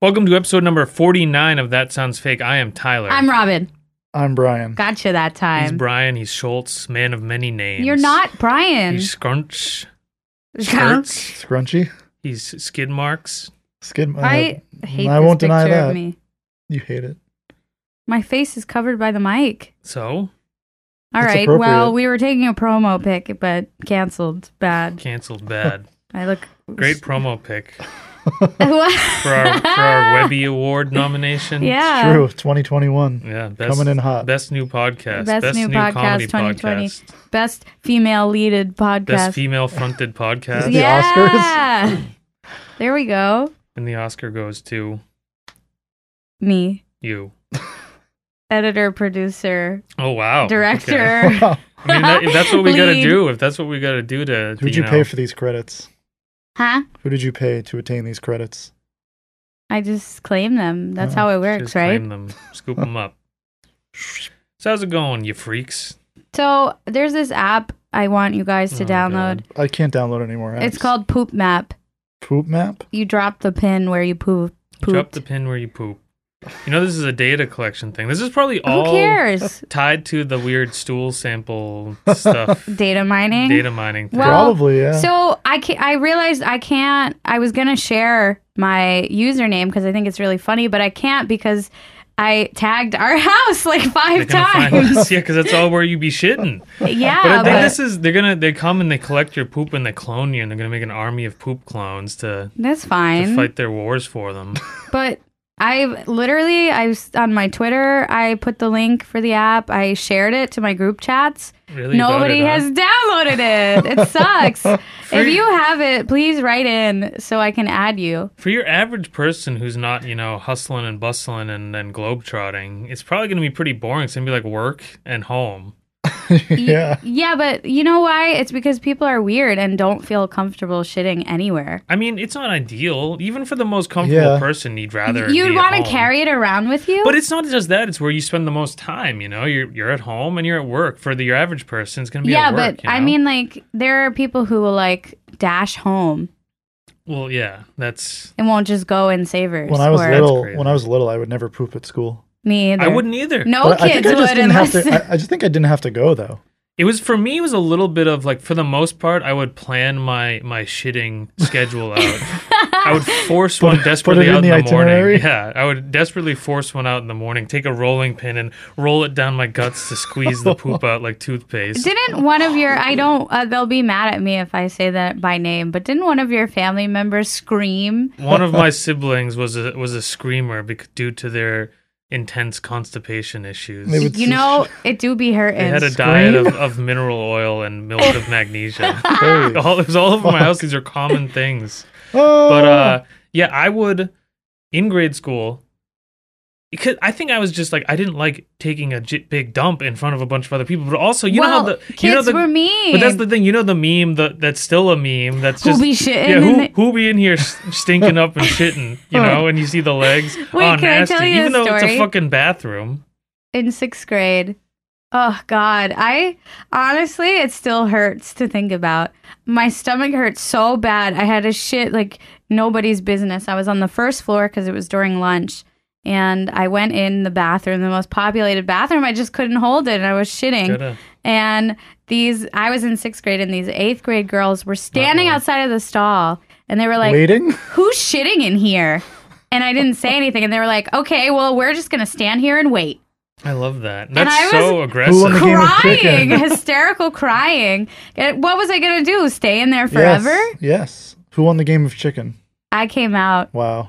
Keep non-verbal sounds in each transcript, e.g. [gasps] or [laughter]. Welcome to episode number 49 of That Sounds Fake. I am Tyler. I'm Robin. I'm Brian. Gotcha that He's time. Brian. He's Schultz, man of many names. You're not Brian. He's Scrunch. Gotcha. Skirts. Scrunchy. He's Skid Marks. Skin. uh, I hate I this won't deny picture of that. me. you hate it. My face is covered by the mic. So, All That's right. appropriate. Well, we were taking a promo pic, but canceled. Bad. canceled bad. I look Great promo pick [laughs] What? for our, for [laughs] our Webby Award nomination. Yeah. True. 2021. Yeah. Best, Coming in hot. Best new podcast. Best new podcast comedy 2020. podcast. Best female leaded podcast. Best female [laughs] fronted podcast. the yeah. [laughs] there we go. And the Oscar goes to Me, you. editor, producer, Oh, wow. Okay. [laughs] director. Wow. I mean, that, if that's what we got to [laughs] Lead. do, if that's what we got to do to. to, Who'd you know, pay for these credits? Huh? Who did you pay to attain these credits? I just claim them. That's Oh, how it works, Just right? claim them, scoop them up. So how's it going, you freaks? So there's this app I want you guys to Oh, download. I can't download any more. Apps. It's called Poop Map. Poop Map. You drop the pin where you poop. Drop Pooped. the pin where you poop. You know this is a data collection thing. This is probably all Who cares? tied to the weird stool sample [laughs] stuff, Data mining. data mining. Thing. Well, Probably. Yeah. So I can I realized I can't. I was gonna share my username because I think it's really funny, but I can't because I tagged our [laughs] house like They're five gonna find [laughs] times. us. yeah, because that's all where you be [laughs] shitting. yeah, But I but, think this is they're gonna they come and they collect your poop and they clone you and they're gonna make an army of poop clones to, that's to fine. fight their wars for them. But I literally, I was on my Twitter. I put the link for the app. I shared it to my group chats. Really? about Nobody it, huh? has downloaded [laughs] it. It sucks. if you have it, please write in so I can add you. For your average person who's not, you know, hustling and bustling and then globetrotting, it's probably going to be pretty boring. It's going to be like work and home. [laughs] Y- yeah. Yeah, but you know why? It's because people are weird and don't feel comfortable shitting anywhere. I mean, it's not ideal. Even for the most comfortable Yeah. person, you'd rather it You'd be at want to home. carry it around with you? But it's not just that. It's where you spend the most time. You know, you're you're at home and you're at work. For the your average person, it's going to be yeah, at work, but you I know? mean, like, there are people who will, like, dash home well, yeah, that's. and won't just go in savers. When I was or little, crazy. when I was little, I would never poop at school. me either. I wouldn't either. No But I kids think I would just didn't have unless. to. I, I just think I didn't have to go though. It was for me. It was a little bit of like, for the most part, I would plan my my shitting schedule out. I would force Put- one put it desperately in out in the the, morning. itinerary? Yeah, I would desperately force one out in the morning. Take a rolling pin and roll it down my guts to squeeze the poop out like toothpaste. [laughs] Didn't one of your I don't uh, they'll be mad at me if I say that by name, but didn't one of your family members scream? one of my siblings was a was a screamer because, due to their intense constipation issues. They would- You know, it do be They hurting. had a diet of, of mineral oil and milk of magnesia. Oh. Holy all, it was all over my house. These are common things. Oh, but uh yeah i would in grade school because i think i was just like i didn't like taking a j- big dump in front of a bunch of other people but also you well, know how the kids you know the were mean. but that's the thing you know the meme that that's still a meme that's Who just be shitting yeah in who, the- who be in here s- stinking up and shitting [laughs] you know and you see the legs Wait, oh can I nasty tell you even a though it's a story? fucking bathroom in sixth grade. Oh God, I honestly it still hurts to think about. My stomach hurt so bad. I had a shit like nobody's business. I was on the first floor because it was during lunch, and I went in the bathroom, the most populated bathroom. I just couldn't hold it, and I was shitting. Gotta- And these, I was in sixth grade, and these eighth grade girls were standing outside of the stall, and they were like, waiting. "Who's shitting in here?" And I didn't say anything, and they were like, "Okay, well, we're just gonna stand here and wait." i love that I that's was- so Who aggressive on the game of crying, [laughs] chicken. hysterical crying. And What was I gonna do? Stay in there Yes, forever? yes. Who won the game of chicken? I came out, Wow.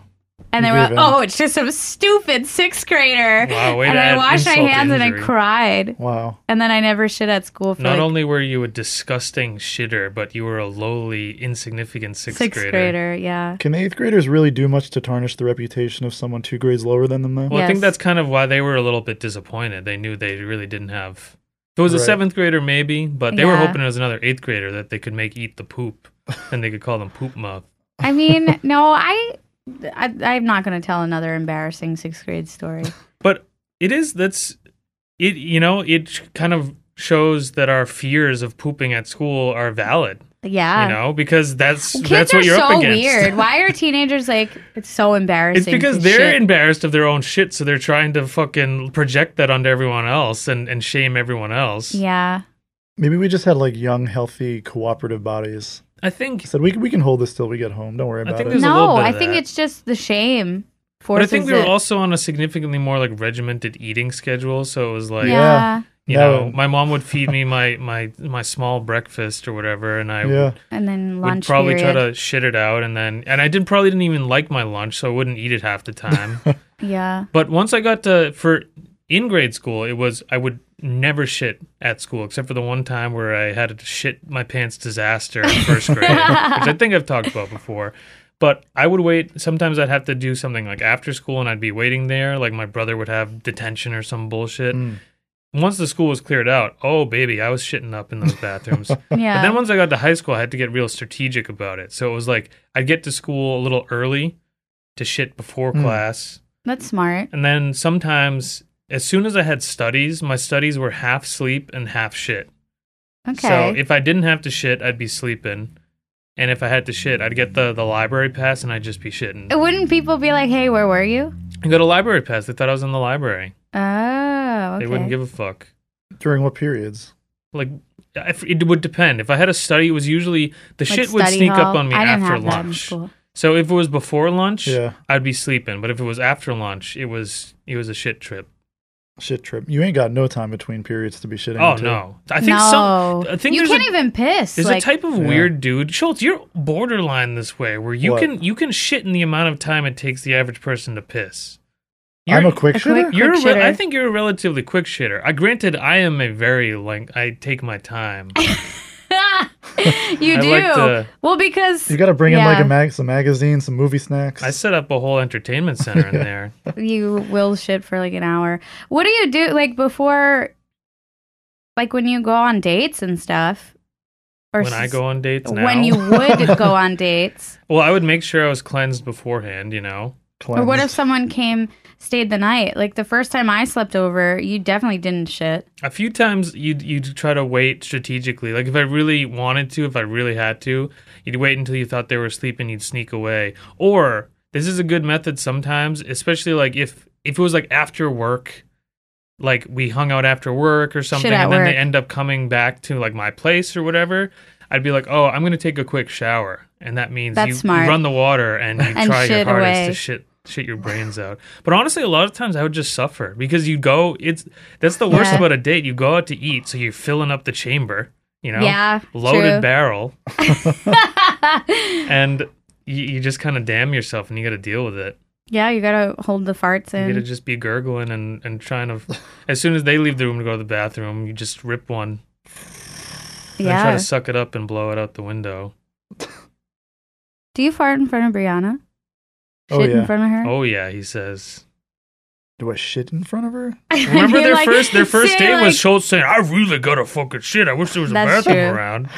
and they You were, gave in. "Oh, it's just some stupid sixth grader." Wow, way and to I add washed my insult to hands and I injury. cried, Wow. and then I never shit at school for Not like only were you a disgusting shitter, but you were a lowly, insignificant sixth, sixth grader. grader. Yeah. Can eighth graders really do much to tarnish the reputation of someone two grades lower than them, though? Well, I think Yes. that's kind of why they were a little bit disappointed. They knew they really didn't have. If it was a Right. seventh grader, maybe, but they were Yeah. hoping it was another eighth grader that they could make eat the poop, and they could call them poop mouth. I mean, [laughs] no, I, I I'm not going to tell another embarrassing sixth [laughs] grade story. But it is that's it. You know, it sh- kind of shows that our fears of pooping at school are valid. yeah. you know, because that's Ah. Kids that's are what you're so up against. [laughs] weird. Why are teenagers like it's so It's embarrassing? because to they're shit. embarrassed of their own shit, so they're trying to fucking project that onto everyone else and, and shame everyone else. Yeah. Maybe we just had like young, healthy, cooperative bodies. I think, Said we can- we can hold this till we get home. Don't worry I about think it. there's a No, little bit I of think that. it's just the shame. but I Forces think we were it. also on a significantly more like regimented eating schedule, so it was like yeah, you Yeah. know, my mom would feed me my my my small breakfast or whatever, and I yeah, and then would lunch probably period. try to shit it out, and then and I did probably didn't even like my lunch, so I wouldn't eat it half the time. yeah, But once I got to for in grade school, it was I would never shit at school except for the one time where I had a shit my pants disaster in first grade, which I think I've talked about before. But I would wait. Sometimes I'd have to do something like after school, and I'd be waiting there. Like my brother would have detention or some bullshit. Mm. Once the school was cleared out, oh baby, I was shitting up in those bathrooms. [laughs] yeah. But then once I got to high school, I had to get real strategic about it. So it was like I'd get to school a little early to shit before Hmm. class, That's smart. and then sometimes, as soon as I had studies, my studies were half sleep and half shit. Okay. So if I didn't have to shit, I'd be sleeping. And if I had to shit, I'd get the, the library pass and I'd just be shitting. Wouldn't people be like, "Hey, where were you?" I got a library pass. They thought I was in the library. Oh, okay. They wouldn't give a fuck. during what periods? Like, if, it would depend. If I had a study, it was usually the Like shit would study sneak up hall. on me I didn't after have that in lunch. school. So if it was before lunch, Yeah, I'd be sleeping. But if it was after lunch, it was it was a shit trip. shit trip. You ain't got no time between periods to be shitting. Oh into. no! I think no. some. I think you there's a- can't even piss. There's like, a type of Yeah. weird dude, Schultz. You're borderline this way, where you What? can you can shit in the amount of time it takes the average person to piss. I'm a quick A shitter. quick- You're a re- shitter. I think you're a relatively quick shitter. I granted, I am a very like I take my [laughs] time. [laughs] you I do. like to- well, because You got to bring in like Yeah. a mag, some magazines, some movie snacks. I set up a whole entertainment center [laughs] in there. you will shit for like an hour. What do you do like before like when you go on dates and stuff? Or when I s- go on dates now, when you [laughs] would go on dates. well, I would make sure I was cleansed beforehand. You know, Or what if Cleansed. someone came stayed the night? Like the first time I slept over, you definitely didn't shit. a few times you'd you'd try to wait strategically. Like if I really wanted to, if I really had to, you'd wait until you thought they were asleep and you'd sneak away. Or this is a good method sometimes, especially like if if it was like after work, like we hung out after work or something, at and then work. they end up coming back to like my place or whatever. I'd be like, oh, I'm gonna take a quick shower, and that means That's you, smart. you run the water and you [laughs] And try your shit hardest away. to shit shit your brains out. But honestly, a lot of times I would just suffer because you go. It's that's the worst Yeah. about a date. You go out to eat, so you're filling up the chamber. You know, Yeah, loaded true. barrel, [laughs] and you, you just kind of damn yourself, and you got to deal with it. yeah, you gotta hold the farts You got to in. just be gurgling and and trying to. as soon as they leave the room to go to the bathroom, you just rip one and then try yeah. to suck it up and blow it out the window. Do you fart in front of Brianna? Shit Oh, in yeah. front of her? Oh yeah, he [laughs] says. Do I shit in front of her? I Remember mean, their like, first [laughs] their first say, date like- was Schultz saying, "I really got to fucking shit. I wish there was a That's bathroom true. around."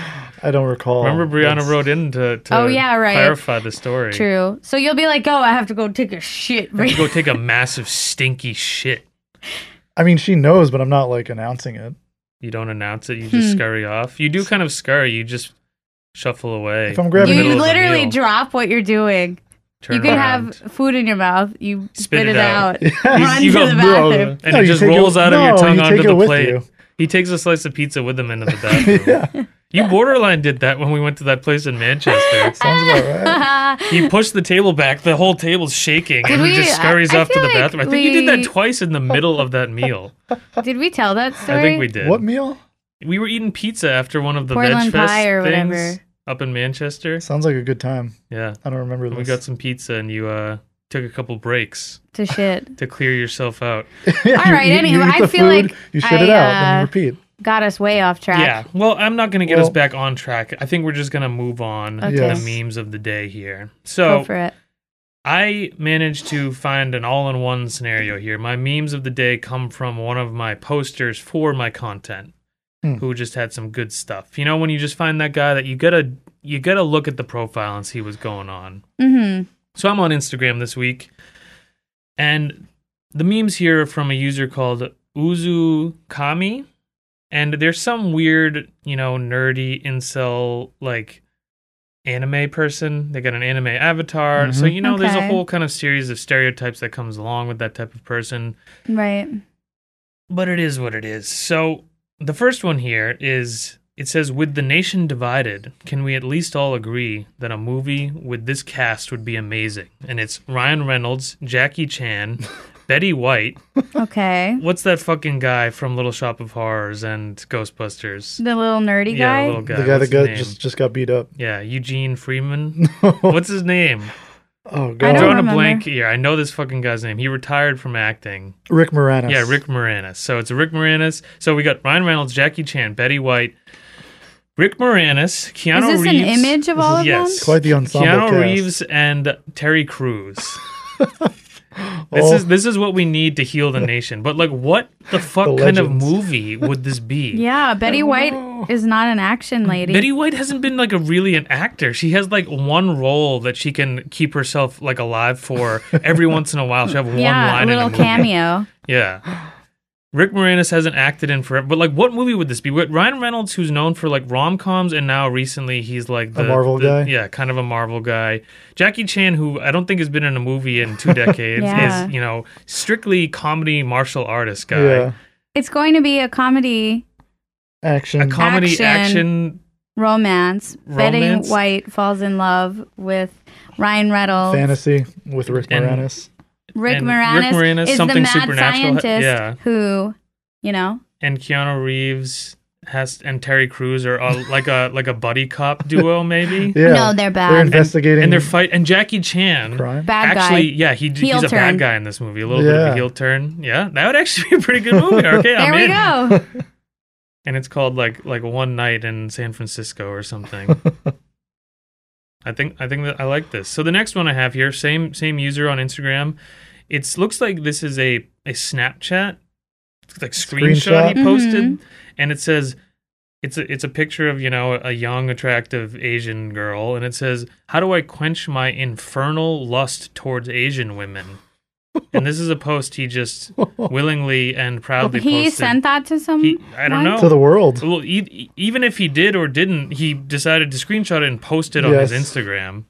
I don't recall. Remember Brianna Oh, That's- wrote in to, to Oh, yeah, right. clarify the story. True. So you'll be like, oh, I have to go take a shit. [laughs] I have to [laughs] Brianna." go take a massive stinky shit. I mean, she knows, but I'm not like announcing it. You don't announce it. You just Hmm. scurry off. You do kind of scurry. You just shuffle away. If I'm grabbing in the it- you middle of a literally meal, drop what you're doing. turn you can around. have food in your mouth. You spit, it, out. He's- Run [laughs] you to go, the "Bro," bathroom. Oh, and No, it you just take it- rolls out of your no, tongue you onto take it the with plate. you. He takes a slice of pizza with him [laughs] into the bathroom. yeah, You borderline did that when we went to that place in Manchester. [laughs] sounds [laughs] about right. You push the table back, the whole table's shaking, and We- he just scurries I- I off to feel the like bathroom. I think you did we- Oh. that twice in the middle of that meal. [laughs] Did we tell that story? I think [laughs] we did. What meal? We were eating pizza after one of the veg Portland fest pie or things whatever. up in Manchester. Sounds like a good time. Yeah, I don't remember and this. we got some pizza, and you uh, took a couple breaks To shit. to clear yourself out. [laughs] yeah, All right, anyway, eat the I feel food, like you shit it I, out and uh, you repeat. Got us way off track. Yeah. Well, I'm not going to get Well- us back on track. I think we're just going to move on Okay. to Yes. the memes of the day here. Go So for it. I managed to find an all-in-one scenario here. My memes of the day come from one of my posters for my content, Hmm. who just had some good stuff. You know, when you just find that guy that you gotta you gotta look at the profile and see what's going on. Mm-hmm. So I'm on Instagram this week, and the memes here are from a user called Uzu Kami. and there's some weird, you know, nerdy incel like anime person. They got an anime avatar. So, Mhm. you know, there's a Okay. whole kind of series of stereotypes that comes along with that type of person. Right. But it is what it is. So, the first one here is it says with the nation divided, can we at least all agree that a movie with this cast would be amazing? And it's Ryan Reynolds, Jackie [laughs] Chan, Betty White, Okay. what's that fucking guy from Little Shop of Horrors and Ghostbusters? The little Yeah, nerdy guy. the little guy. the guy What's that his got name? just just got beat up. [laughs] Yeah, Eugene Freeman. What's his name? oh I I'm don't drawing god, a remember. blank here. I know this fucking guy's name. He retired from acting. Rick Moranis. Yeah, Rick Moranis. So it's Rick Moranis. So we got Ryan Reynolds, Jackie Chan, Betty White, Rick Moranis, Keanu Is this Reeves. an image of all of yes. them? Quite the ensemble Keanu cast. Reeves and Terry [laughs] Crews. this Oh. is this is what we need to heal the nation. But like, what the fuck [laughs] The kind of legends. movie would this be? [laughs] Yeah, Betty White know. is not an action lady. Betty White hasn't been like a really an actor. She has like one role that she can keep herself like alive for [laughs] every once in a while. She have one yeah, a line in little a movie. cameo. Yeah. Rick Moranis hasn't acted in forever, but like, what movie would this be? What Ryan Reynolds, who's known for like rom coms, and now recently he's like the Marvel the- guy? Yeah, kind of a Marvel guy. Jackie Chan, who I don't think has been in a movie in [laughs] two decades, Yeah. is you know strictly comedy martial artist guy. Yeah, It's going to be a comedy action. A comedy Action. action romance. Romance? Betty White falls in love with Ryan Reynolds. Fantasy with Rick And- Moranis. Rick, and Rick Moranis Moranis, is the something mad supernatural ha- scientist yeah. who, you know, and Keanu Reeves has and Terry Crews are uh, like a like a buddy cop duo maybe. [laughs] Yeah, no, they're they're bad. investigating And they're fight and Jackie Chan crime. bad actually guy. yeah he d- Heel he's a bad turn. guy in this movie a little bit of a Yeah. heel turn yeah that would actually be a pretty good movie okay [laughs] There I'm we in. go. [laughs] and it's called like like one night in San Francisco or something. I think I think that I like this. So the next one I have here, same same user on Instagram. It looks like this is a a Snapchat it's like screenshot, he Screenshot? posted, Mhm. and it says it's a it's a picture of you know a young attractive Asian girl, and it says how do I quench my infernal lust towards Asian women. And this is a post he just willingly and proudly he posted. sent that to someone. He- I don't know. to the world. Well, e- e- even if he did or didn't, he decided to screenshot it and post it on his Yes. Instagram.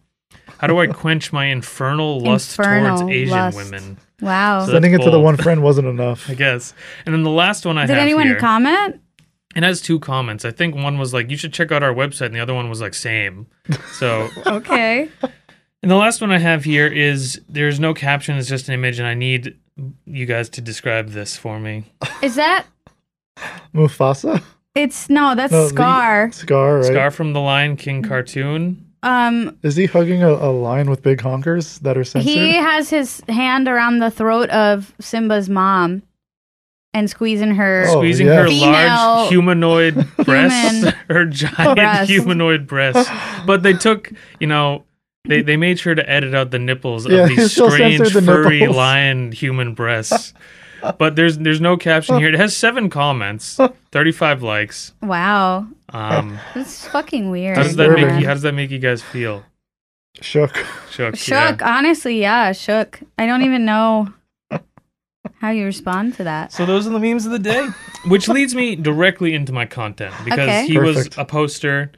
How do I quench my [laughs] infernal lust Infernal towards Asian lust. women? Wow. So Sending it that's to the bold. one friend wasn't enough. I guess. And then the last one I Did have anyone here, [laughs] comment? it has two comments. I think one was like, "You should check out our website," and the other one was like, "Same." [laughs] So Okay. And the last one I have here is there's no caption. It's just an image, and I need you guys to describe this for me. Is that? [laughs] Mufasa, It's no. That's No, the- Scar. Scar, right? Scar from the Lion King cartoon. Um, Is he hugging a, a lion with big honkers that are censored? he has his hand around the throat of Simba's mom, and squeezing her. Oh, squeezing yeah. her large Female- [laughs] humanoid breasts, [laughs] her giant Breast. humanoid breasts. But they took, you know, they, they made sure to edit out the nipples Yeah, of [laughs] these still censored strange the furry nipples. lion human breasts. But there's there's no caption here. It has seven [laughs] comments, thirty five likes. Wow. Um, That's fucking weird. how does that make Disturbing. you? How does that make you guys feel? [laughs] Shook. [laughs] [laughs] Shook. Shook. Honestly, yeah, shook. I don't even know how you respond to that. So those are the memes of the day, which leads me directly into my content because Okay. he was Perfect. a poster.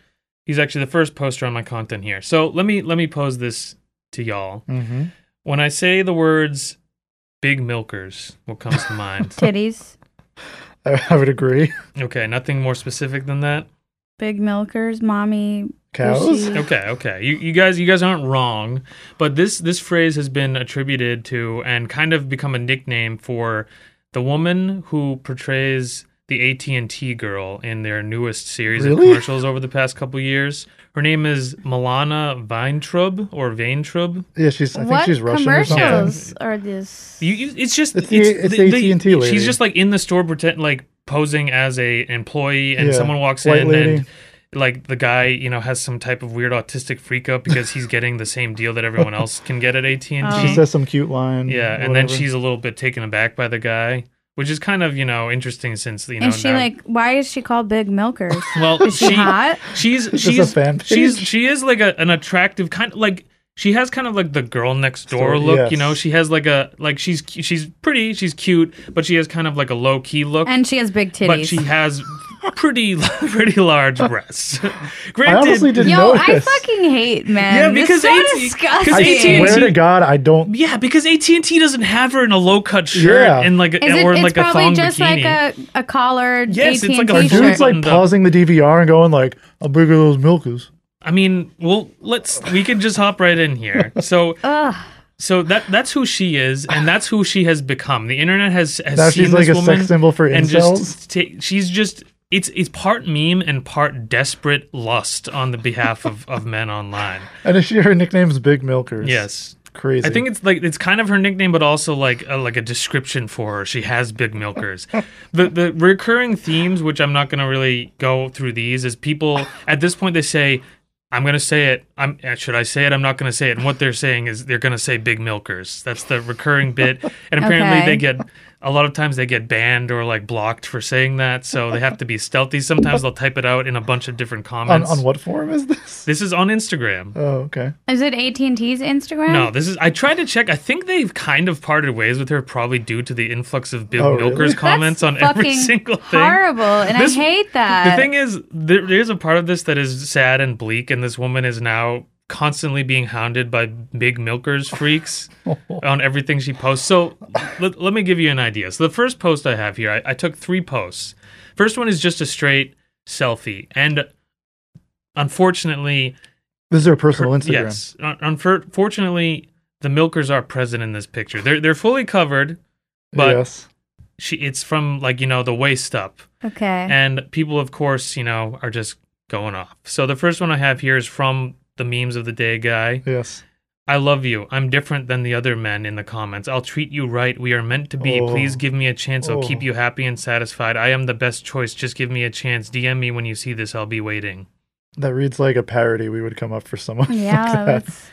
He's actually the first poster on my content here. So let me let me pose this to y'all. Mm-hmm. When I say the words "big milkers," what comes to [laughs] mind? Titties, I, I would agree. Okay, nothing more specific than that. big milkers, mommy. Cows. Bushy. Okay, okay. You you guys you guys aren't wrong, but this this phrase has been attributed to and kind of become a nickname for the woman who portrays the AT&T girl in their newest series of Really? commercials over the past couple years. Her name is Milana Weintraub or Weintraub. Yeah, she's. I think what she's Russian or something. commercials are this? You, you it's just It's the- it's the AT&T lady. She's just like in the store pretend like posing as a employee and Yeah, someone walks white in lady. and like the guy you know has some type of weird autistic freak out because he's getting the same deal that everyone else can get at AT&T. [laughs] Oh. She says some cute line. yeah, and then whatever. she's a little bit taken aback by the guy, which is kind of, you know, interesting since you know and she now- like, why is she called big milkers? [laughs] well, Is [laughs] she, hot? she's this a she's fan she's page? she is like a, an attractive kind of like she has kind of like the girl next door Sort- look, yes. you know. She has like a like she's cu- she's pretty, she's cute, but she has kind of like a low key look. And she has big titties. but she has pretty [laughs] pretty [laughs] large breasts. [laughs] I Granted, honestly didn't Yo, notice. I fucking hate men. Yeah, because because it's so AT because disgusting. I AT&T swear to God, I don't. yeah, because AT and T doesn't have her in a low cut shirt Yeah. and like a- Is it, or in it's like a probably thong just bikini. like a, a collared Yes, AT&T it's like a shirt. dude, Dude's like Buttoned up. pausing the DVR and going like, "How big are those milkers?" I mean, well, let's we can just hop right in here. So Ugh. so that that's who she is, and that's who she has become. The internet has has Now seen she's like this a woman sex symbol for and incels. just ta- she's just. It's it's part meme and part desperate lust on the behalf of, of men online. And she, her nickname's Big Milkers. Yes, crazy. I think it's like it's kind of her nickname, but also like a, like a description for her. She has big [laughs] milkers. the the recurring themes, which I'm not going to really go through these, is people at this point they say, "I'm going to say it." I'm uh, should I say it? I'm not going to say it. And what they're saying is they're going to say big milkers. That's the recurring [laughs] bit, and apparently Okay. they get. A lot of times they get banned or like blocked for saying that, so they have to be stealthy. Sometimes they'll type it out in a bunch of different [laughs] on, comments. on what form is this? [laughs] This is on Instagram. Oh, okay. Is it AT&T's Instagram? No, this is. I tried to check. I think they've kind of parted ways with her, probably due to the influx of Big Oh, really? Milker's That's comments on fucking every [laughs] single thing. Horrible, and This- I hate The that. thing is, there, there's a part of this that is sad and bleak, and this woman is now constantly being hounded by Big Milker's [laughs] freaks on everything she posts. So let, let me give you an idea. So the first post I have here, I, I took three posts. First one is just a straight selfie, and unfortunately, This is her personal Instagram. Yes. Un- unfor- Fortunately, the milkers are present in this picture. They're they're fully covered. But- yes. She, it's from like you know the waist up, okay. and [laughs] people of course you know are just going off. So the first one I have here is from the memes of the day guy. Yes. I love you. I'm different than the other men in the comments. I'll treat you right. We are meant to be. Oh. Please give me a chance. I'll keep Oh. you happy and satisfied. I am the best choice. Just give me a chance. DM me when you see this. I'll be waiting. That reads like a parody we would come up for someone. [laughs] yeah, like that. that's,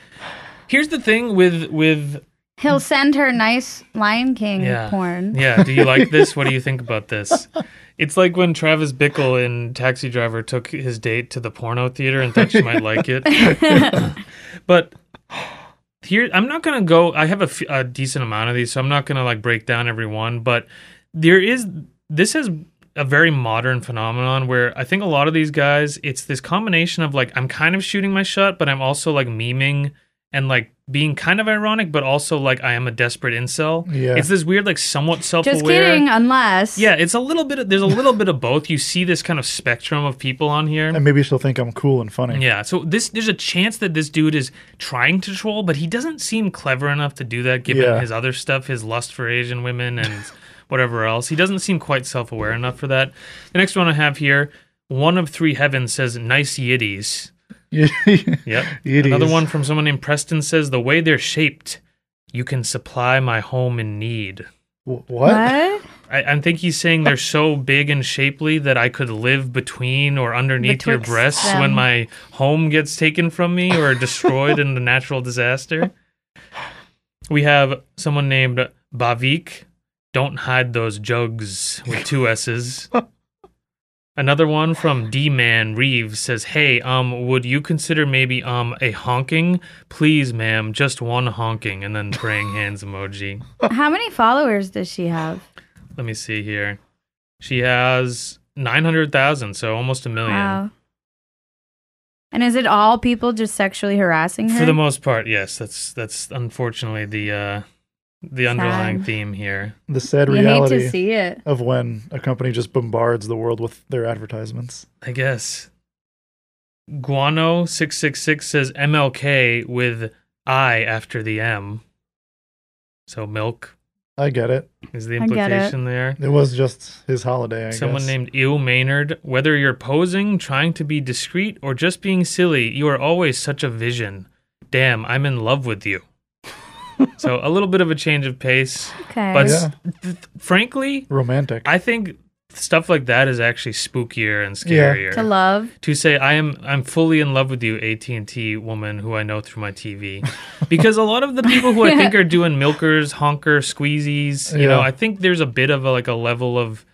Here's the thing with with he'll send her nice Lion King Yeah. porn. Yeah. Do you like this? What do you think about this? It's like when Travis Bickle in Taxi Driver took his date to the porno theater and thought she might like it. But here, I'm not gonna go. I have a, f- a decent amount of these, so I'm not gonna like break down every one. But there is this is a very modern phenomenon where I think a lot of these guys, it's this combination of like I'm kind of shooting my shot, but I'm also like memeing and like being kind of ironic, but also like I am a desperate incel. Yeah. It's this weird, like somewhat self-aware. Just kidding, unless. Yeah, it's a little bit. Of, there's a little bit of both. You see this kind of spectrum of people on here. And maybe she'll think I'm cool and funny. Yeah, so this there's a chance that this dude is trying to troll, but he doesn't seem clever enough to do that given Yeah. his other stuff, his lust for Asian women and [laughs] whatever else. He doesn't seem quite self-aware enough for that. The next one I have here, one of three heavens says nice yiddies. [laughs] Yep. Yiddies. Another one from someone named Preston says the way they're shaped, you can supply my home in need. Wh- What? What? I, I think he's saying they're so big and shapely that I could live between or underneath Betwixt your breasts them. when my home gets taken from me or destroyed in a natural disaster. We have someone named Bavik. Don't hide those jugs with two S's. Another one from D Man Reeves says, Hey, um, would you consider maybe um a honking? Please, ma'am, just one honking, and then praying hands emoji How many followers does she have? let me see here. She has 900,000, so almost a million. Wow. And is it all people just sexually harassing her? For the most part, yes. That's that's unfortunately the uh the underlying Sad. theme here. The sad you hate to reality see it. of when a company just bombards the world with their advertisements. I guess. Guano 666 says MLK with I after the M. So milk I get it. is the I get it. implication there. It was just his holiday. I Someone guess. named Ew Maynard, whether you're posing, trying to be discreet, or just being silly, you are always such a vision. Damn, I'm in love with [laughs] you. so a little bit of a change of pace. Okay. But Yeah. th- th- frankly, romantic. I think stuff like that is actually spookier and scarier. to love. to say I am I'm fully in love with you, AT&T woman who I know through my TV. Because a lot of the people who I think are doing milkers, honker, squeezies, you know, Yeah. I think there's a bit of a, like a level of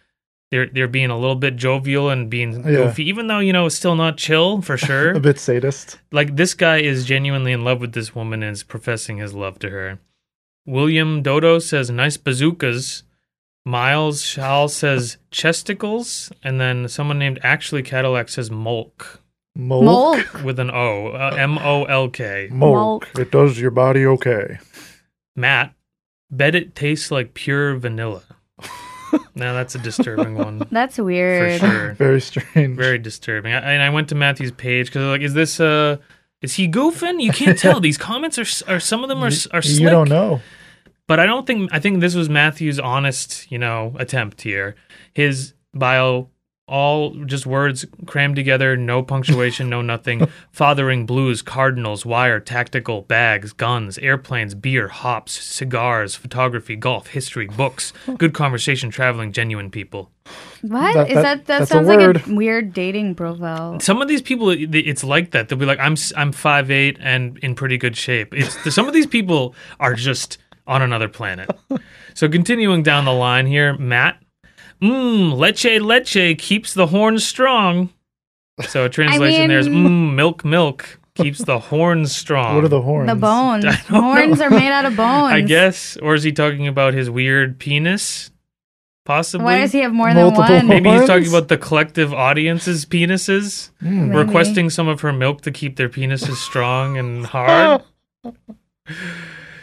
they're they're being a little bit jovial and being Yeah. goofy, even though you know it's still not chill for sure. [laughs] A bit sadist. like this guy is genuinely in love with this woman and is professing his love to her. William Dodo says nice bazookas. Miles Schall says chesticles, and then someone named actually Cadillac says mulk Mulk. Mole. with an O, uh, M O L K. Mulk. Mulk. It does your body okay. Matt, bet it tastes like pure [laughs] vanilla. now that's a disturbing one That's for weird. sure. Very strange. Very disturbing. I, and I went to Matthew's page because like, is this uh, is he goofing? You can't [laughs] tell. These comments are s- are some of them are s- are slick. you don't know. But I don't think I think this was Matthew's honest, you know, attempt here. His bio, all just words crammed together, no punctuation, no nothing. Fathering blues, cardinals, wire, tactical, bags, guns, airplanes, beer, hops, cigars, photography, golf, history, books, good conversation, traveling, genuine people. [laughs] What That- is that? that- That, that's a sounds like word. a weird dating profile. Some of these people, it- it's like that. They'll be like, "I'm s- I'm five eight and in pretty good shape." It's some of these people are just on another [laughs] planet. So continuing down the line here, Matt, mmm, leche leche keeps the horn strong. [laughs] So a translation there is mmm, milk milk keeps the horn strong. What are the horns? The [laughs] bones. I don't know. Horns are made out of bones. I guess, or is he talking about his weird penis? Possibly. Why does he have more Multiple- than one? Maybe he's talking Horns? about the collective audience's penises. Mm. Maybe. requesting some of her milk to keep their penises strong [laughs] and hard.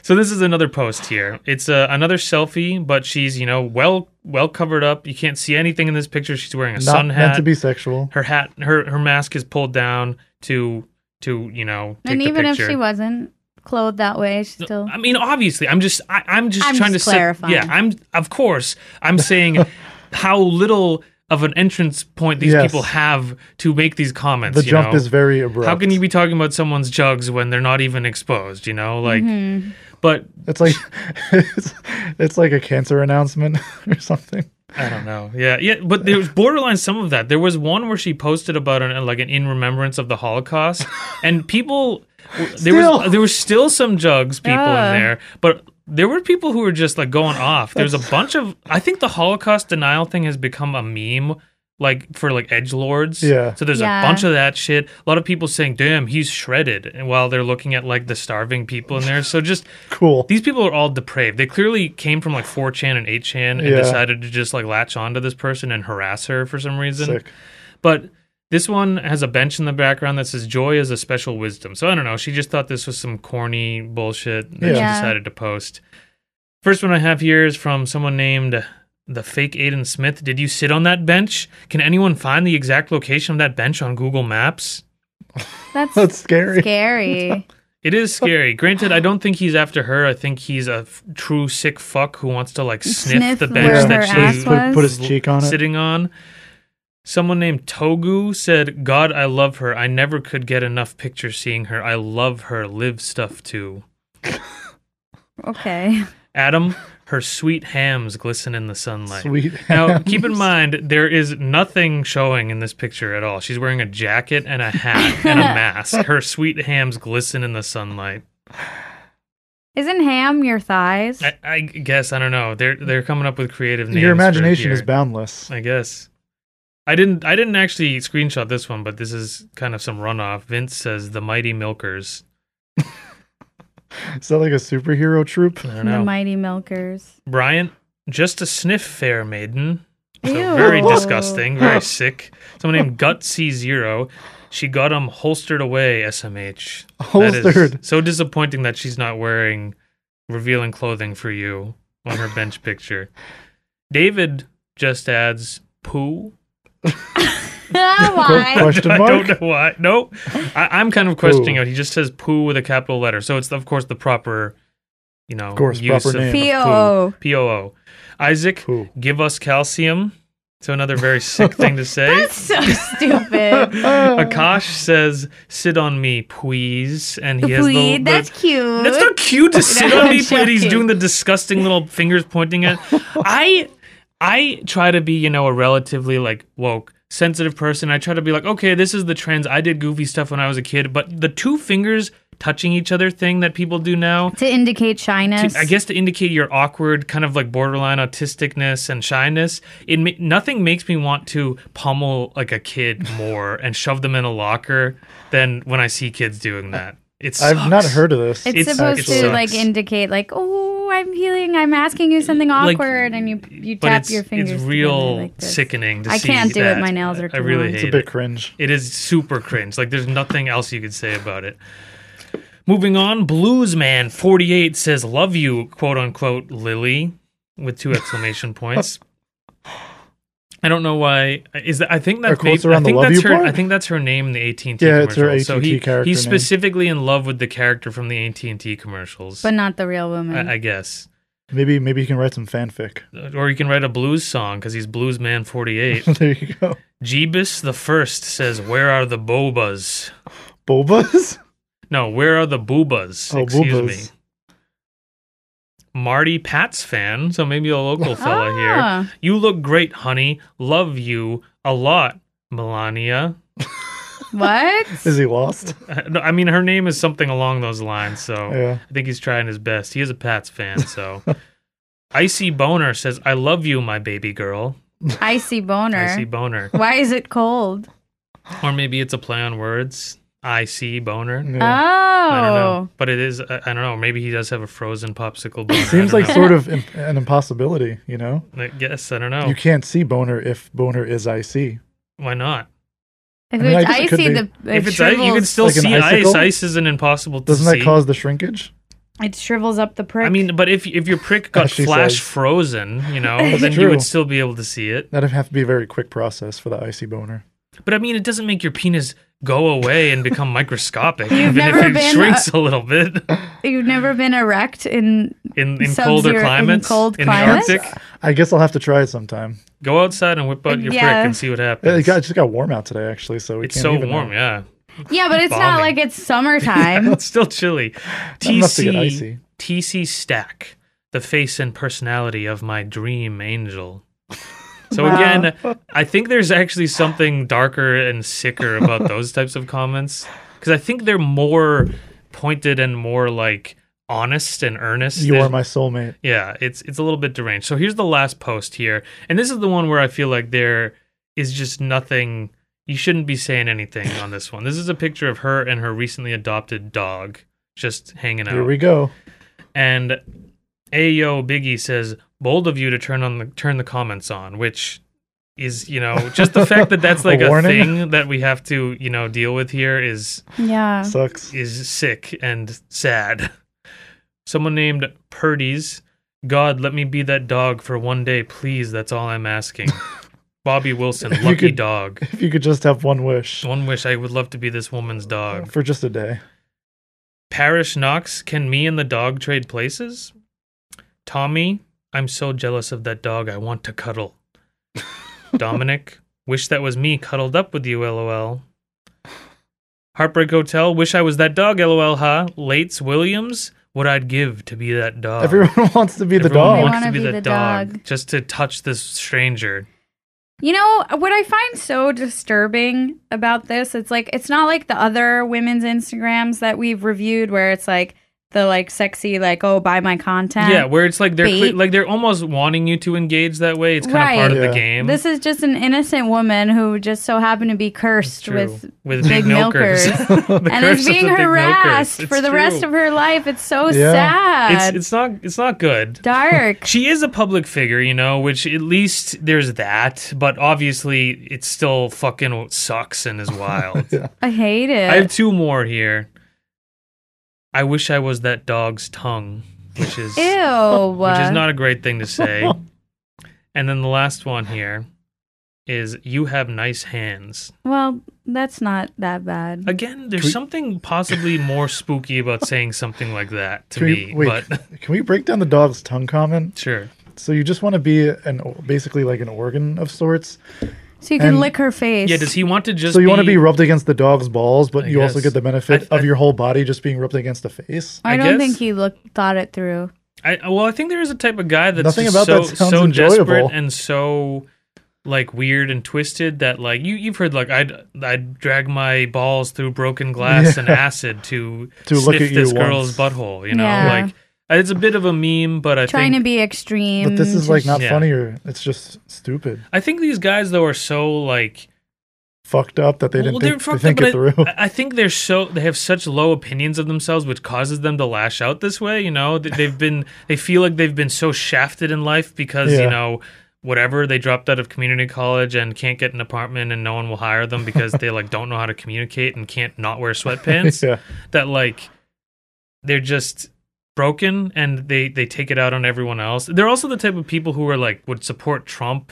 so this is another post here. It's uh, another selfie, but she's you know well well covered up. You can't see anything in this picture. She's wearing a Not sun meant hat. to be sexual. her hat her her mask is pulled down to to you know take And the even if picture. she wasn't clothed that way, she still. I mean, obviously, I'm just, I, I'm just I'm trying just to sit- clarifying. yeah, I'm, of course, I'm saying [laughs] how little of an entrance point these Yes. people have to make these comments. The you jump know? is very abrupt. How can you be talking about someone's jugs when they're not even exposed? You know, like, Mm-hmm. but It's like [laughs] it's, it's like a cancer announcement [laughs] or something. I don't know. Yeah, yeah. But there was borderline some of that. There was one where she posted about an like an in remembrance of the Holocaust, and people there was Still. there was still some jugs people Yeah. in there, but. There were people who were just like going off. There's a bunch of. I think the Holocaust denial thing has become a meme, like for like edge lords. Yeah. So there's Yeah. a bunch of that shit. A lot of people saying, "Damn, he's shredded," and while they're looking at like the starving people in there. So just Cool. these people are all depraved. They clearly came from like 4chan and 8chan and Yeah. decided to just like latch onto this person and harass her for some reason. Sick. But this one has a bench in the background that says joy is a special wisdom. So I don't know. She just thought this was some corny bullshit that she Yeah. decided to post. First one I have here is from someone named the fake Aiden Smith. Did you sit on that bench? Can anyone find the exact location of that bench on Google Maps? [laughs] That's, That's scary. scary. It is scary. Granted, I don't think he's after her. I think he's a f- true sick fuck who wants to like sniff, Sniff the bench where her that ass she's was. Put, put his cheek on it. sitting on. Someone named Togu said, "God, I love her. I never could get enough picture seeing her. I love her. Live stuff too." okay. Adam, her sweet hams glisten in the sunlight. Sweet. Now, keep in mind, there is nothing showing in this picture at all. She's wearing a jacket and a hat [laughs] and a mask. Her sweet hams glisten in the sunlight. Isn't ham your thighs? I, I guess I don't know. They're they're coming up with creative names. Your for imagination here. is boundless. I guess. I didn't. I didn't actually screenshot this one, but this is kind of some runoff. Vince says the mighty milkers. Is that like a superhero troop? I don't the know. mighty milkers. Bryant, just a sniff, fair maiden. So Ew. very disgusting. [laughs] Very sick. Someone named Gutsy Zero. She got him holstered away. SMH. That is Holstered. so disappointing that she's not wearing revealing clothing for you on her bench picture. David just adds poo. [laughs] Why? Question I mark. don't know why. No, I, I'm kind of questioning it. He just says poo with a capital letter. So it's, of course, the proper, you know, Of course, use proper of name. P.O. poo. P-O-O. Isaac, Poo. give us calcium. So another very sick thing to say. [laughs] That's so stupid. Akash says, sit on me, please. And [laughs] he has the- Please, the, that's cute. that's not cute [laughs] to sit on I'm me, but he's joking. doing the disgusting little fingers pointing [laughs] at. I I try to be, you know, a relatively like woke, sensitive person. I try to be like, okay, this is the trends. I did goofy stuff when I was a kid, but the two fingers touching each other thing that people do now. to indicate shyness. To, I guess to indicate your awkward, kind of like borderline autisticness and shyness. It ma- nothing makes me want to pummel like a kid more and shove them in a locker than when I see kids doing that. It's I've not heard of this. it's, it's- supposed it to sucks. like indicate like, oh, I'm feeling, I'm asking you something Like, awkward, and you you but tap it's, your fingers. it's together real like this. sickening to I see can't do it. that. My nails are I too really long. hate It's it's a it. bit cringe. It is super cringe. Like there's nothing else you could say about it. Moving on, Bluesman 48 says, Love you, quote unquote, Lily, with two [laughs] exclamation points. I don't know why. Is that, I think Are that's quotes maybe, I around the think love that's you her. part? I think that's her name in the AT and T Yeah, commercial. it's her so AT&T he, character he's name. specifically in love with the character from the AT and T commercials. but not the real woman. I, I guess, Maybe maybe you can write [laughs] some fanfic. or you can write a blues song because he's Bluesman 48. [laughs] there you go. Jeebus the First says, "Where are the bobas?" Bulbas? [laughs] No, where are the boobas? Oh, Excuse boobas. me. Marty Pat's fan, so maybe a local fella here. Ah, You look great, honey. Love you a lot, Melania. what? [laughs] Is he lost? Uh, no, I mean, her name is something along those lines, so Yeah. I think he's trying his best. He is a Pat's fan, so. [laughs] Icy Boner says, I love you, my baby girl. Icy boner. Icy Boner. Why is [laughs] it cold? Or maybe it's a play on words. Icy Boner. yeah. I don't Oh, know. But it is, I I don't know. Maybe he does have a frozen popsicle boner. I Seems don't like know. sort of im- an impossibility, you know? I guess I don't know. You can't see boner if boner is IC. Why not? if I mean, I it's guess it could icy, be. the if it it's ice, you can shrivels- still Like an see ice. icicle? Ice is an impossible to Doesn't see. that cause the shrinkage? it shrivels up the prick. I mean, but if if your prick got As she flash says. frozen, you [laughs] know, That's then you true. would still be able to see it. That'd have to be a very quick process for the icy boner. But I mean, it doesn't make your penis go away and become microscopic, You've even never if it been shrinks a little bit you've never been erect in in in Sub-zero- colder in climates, cold the climates? Arctic. I guess I'll have to try it sometime. Go outside and whip out your Yeah. prick and see what happens. It got, it just got warm out today, actually, so we it's can't so even uh, warm, know. yeah. yeah, but it's not Bombing. like it's [laughs] summertime. It's still chilly. enough to get TC icy. TC Stack, the face and personality of my dream angel. So Wow. again, I think there's actually something darker and sicker about those types of comments because I think they're more pointed and more like honest and earnest. You There's- are my soulmate. yeah, it's it's a little bit deranged. So here's the last post here, and this is the one where I feel like there is just nothing. You shouldn't be saying anything on this one. This is a picture of her and her recently adopted dog just hanging out. Here we go. and Ayo Biggie says, "Bold of you to turn on the turn the comments on," which is you know just the fact that that's [laughs] A like a, warning? thing that we have to you know deal with here is yeah. Sucks. is sick and sad. Someone named Purdy's, God, let me be that dog for one day, please. That's all I'm [laughs] asking. Bobby Wilson, If you lucky could- dog. If you could just have one wish One wish I would love to be this woman's dog. for just a day. Parish Knox, can me and the dog trade places? Tommy, I'm so jealous of that dog. I want to [laughs] cuddle. Dominic, wish that was me cuddled up with you, lol. Heartbreak Hotel, wish I was that dog, lol, huh? Lates Williams, what I'd give to be that dog. Everyone [laughs] wants to be the Uh, Everyone dog. wants Wanna to be, be that the dog, dog. just to touch this stranger. You know, what I find so disturbing about this, it's like it's not like the other women's Instagrams that we've reviewed where it's like the like sexy like oh buy my content. yeah, where it's like they're cle- bait. like they're almost wanting you to engage that way. It's kind Right. of part of Yeah. the game. This is just an innocent woman who just so happened to be cursed True. with with big [laughs] milkers. The and curse is of being the big milkers. harassed It's for the true. rest of her life. It's so Yeah. sad. It's it's not it's not good. [laughs] dark. She is a public figure, you know, which at least there's that, but obviously it still fucking sucks and [laughs] is wild. Yeah. I hate it. I have two more here. I wish I was that dog's tongue, which is Ew. which is not a great thing to [laughs] say. and then the last one here is you have nice hands. well, that's not that bad. Again, there's Can we- something possibly more spooky about saying something like that to Can me, we, wait, but [laughs] can we break down the dog's tongue comment? sure. So you just want to be an basically like an organ of sorts. So you can And- lick her face. Yeah, does he want to just so you want to be rubbed against the dog's balls, but I you also guess. get the benefit I- I- of your whole body just being rubbed against the face. I, I don't guess- think he looked thought it through. I well, I think there is a type of guy that's Nothing just about so that sounds so enjoyable. desperate and so like weird and twisted that like you you've heard like I'd I'd drag my balls through broken glass and acid to, [laughs] To sniff look at you this girl's once. butthole. You know, Yeah. like it's a bit of a meme, but I trying think to be extreme. But this is to like not Yeah. funny or it's just stupid. I think these guys though are so like Fucked up that they didn't well, they're think, they fucked think up, it but through. [laughs] I, I think they're so they have such low opinions of themselves, which causes them to lash out this way. You know, They- they've been they feel like they've been so shafted in life because Yeah. you know whatever they dropped out of community college and can't get an apartment and no one will hire them because they like don't know how to communicate and can't not wear [laughs] sweatpants. yeah. That like they're just broken and they they take it out on everyone else. They're also the type of people who are like would support Trump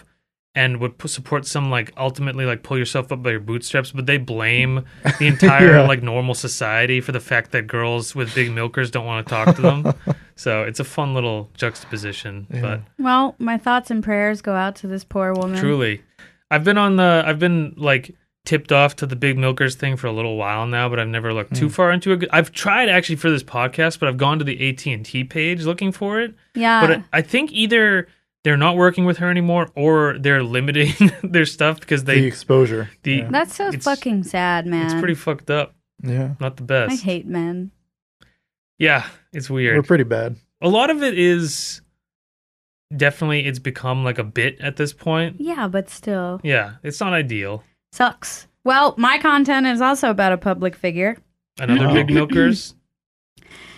and would pu- support some like ultimately like pull yourself up by your bootstraps, but they [laughs] blame the entire Yeah. like normal society for the fact that girls with big milkers don't want to talk to [laughs] them. so it's a fun little juxtaposition, Yeah. but well, my thoughts and prayers go out to this poor woman. Truly. I've been on the I've been like tipped off to the big milkers thing for a little while now, but I've never looked Mm. too far into it. I've tried actually for this podcast, but I've gone to the AT&T page looking for it, Yeah. but I think either they're not working with her anymore or they're limiting [laughs] their stuff because the they exposure. the- yeah. that's so it's- fucking sad, man. it's pretty fucked up. Yeah. Not the I best. hate men. yeah, it's weird. We're pretty bad. a lot of it is definitely it's become like a bit at this point. Yeah, but still. Yeah, it's not ideal. Sucks. Well, my content is also about a public figure. Another No. big milkers.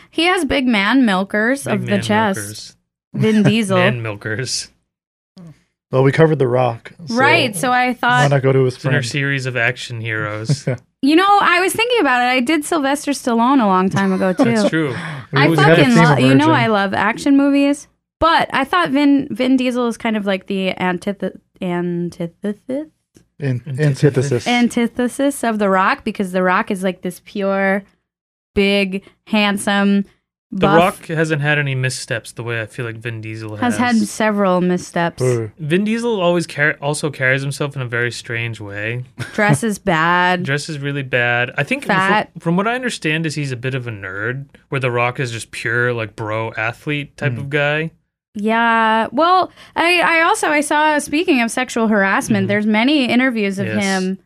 He has big man milkers Big of the man chest. milkers. Vin Diesel. Man milkers. Well, we covered The Rock. right. So uh, I why thought, not go to his It's in our friend? series of action [laughs] heroes. you know, I was thinking about it. I did Sylvester Stallone a long time ago, too. That's true. We I always had a fucking theme love, of you know, origin. I love action movies, but I thought Vin Vin Diesel is kind of like the antith- antithesis In, Antithesis. antithesis. antithesis of The Rock because The Rock is like this pure, big, handsome. The buff- Rock hasn't had any missteps the way I feel like Vin Diesel has. has had several missteps. Ooh. Vin Diesel always car- also carries himself in a very strange way. [laughs] Dresses bad. Dresses really bad. I think Fat. From, from what I understand is he's a bit of a nerd, where The Rock is just pure like bro athlete type Hmm. of guy. Yeah. Well, I, I also I saw speaking of sexual harassment, Mhm. there's many interviews of Yes. him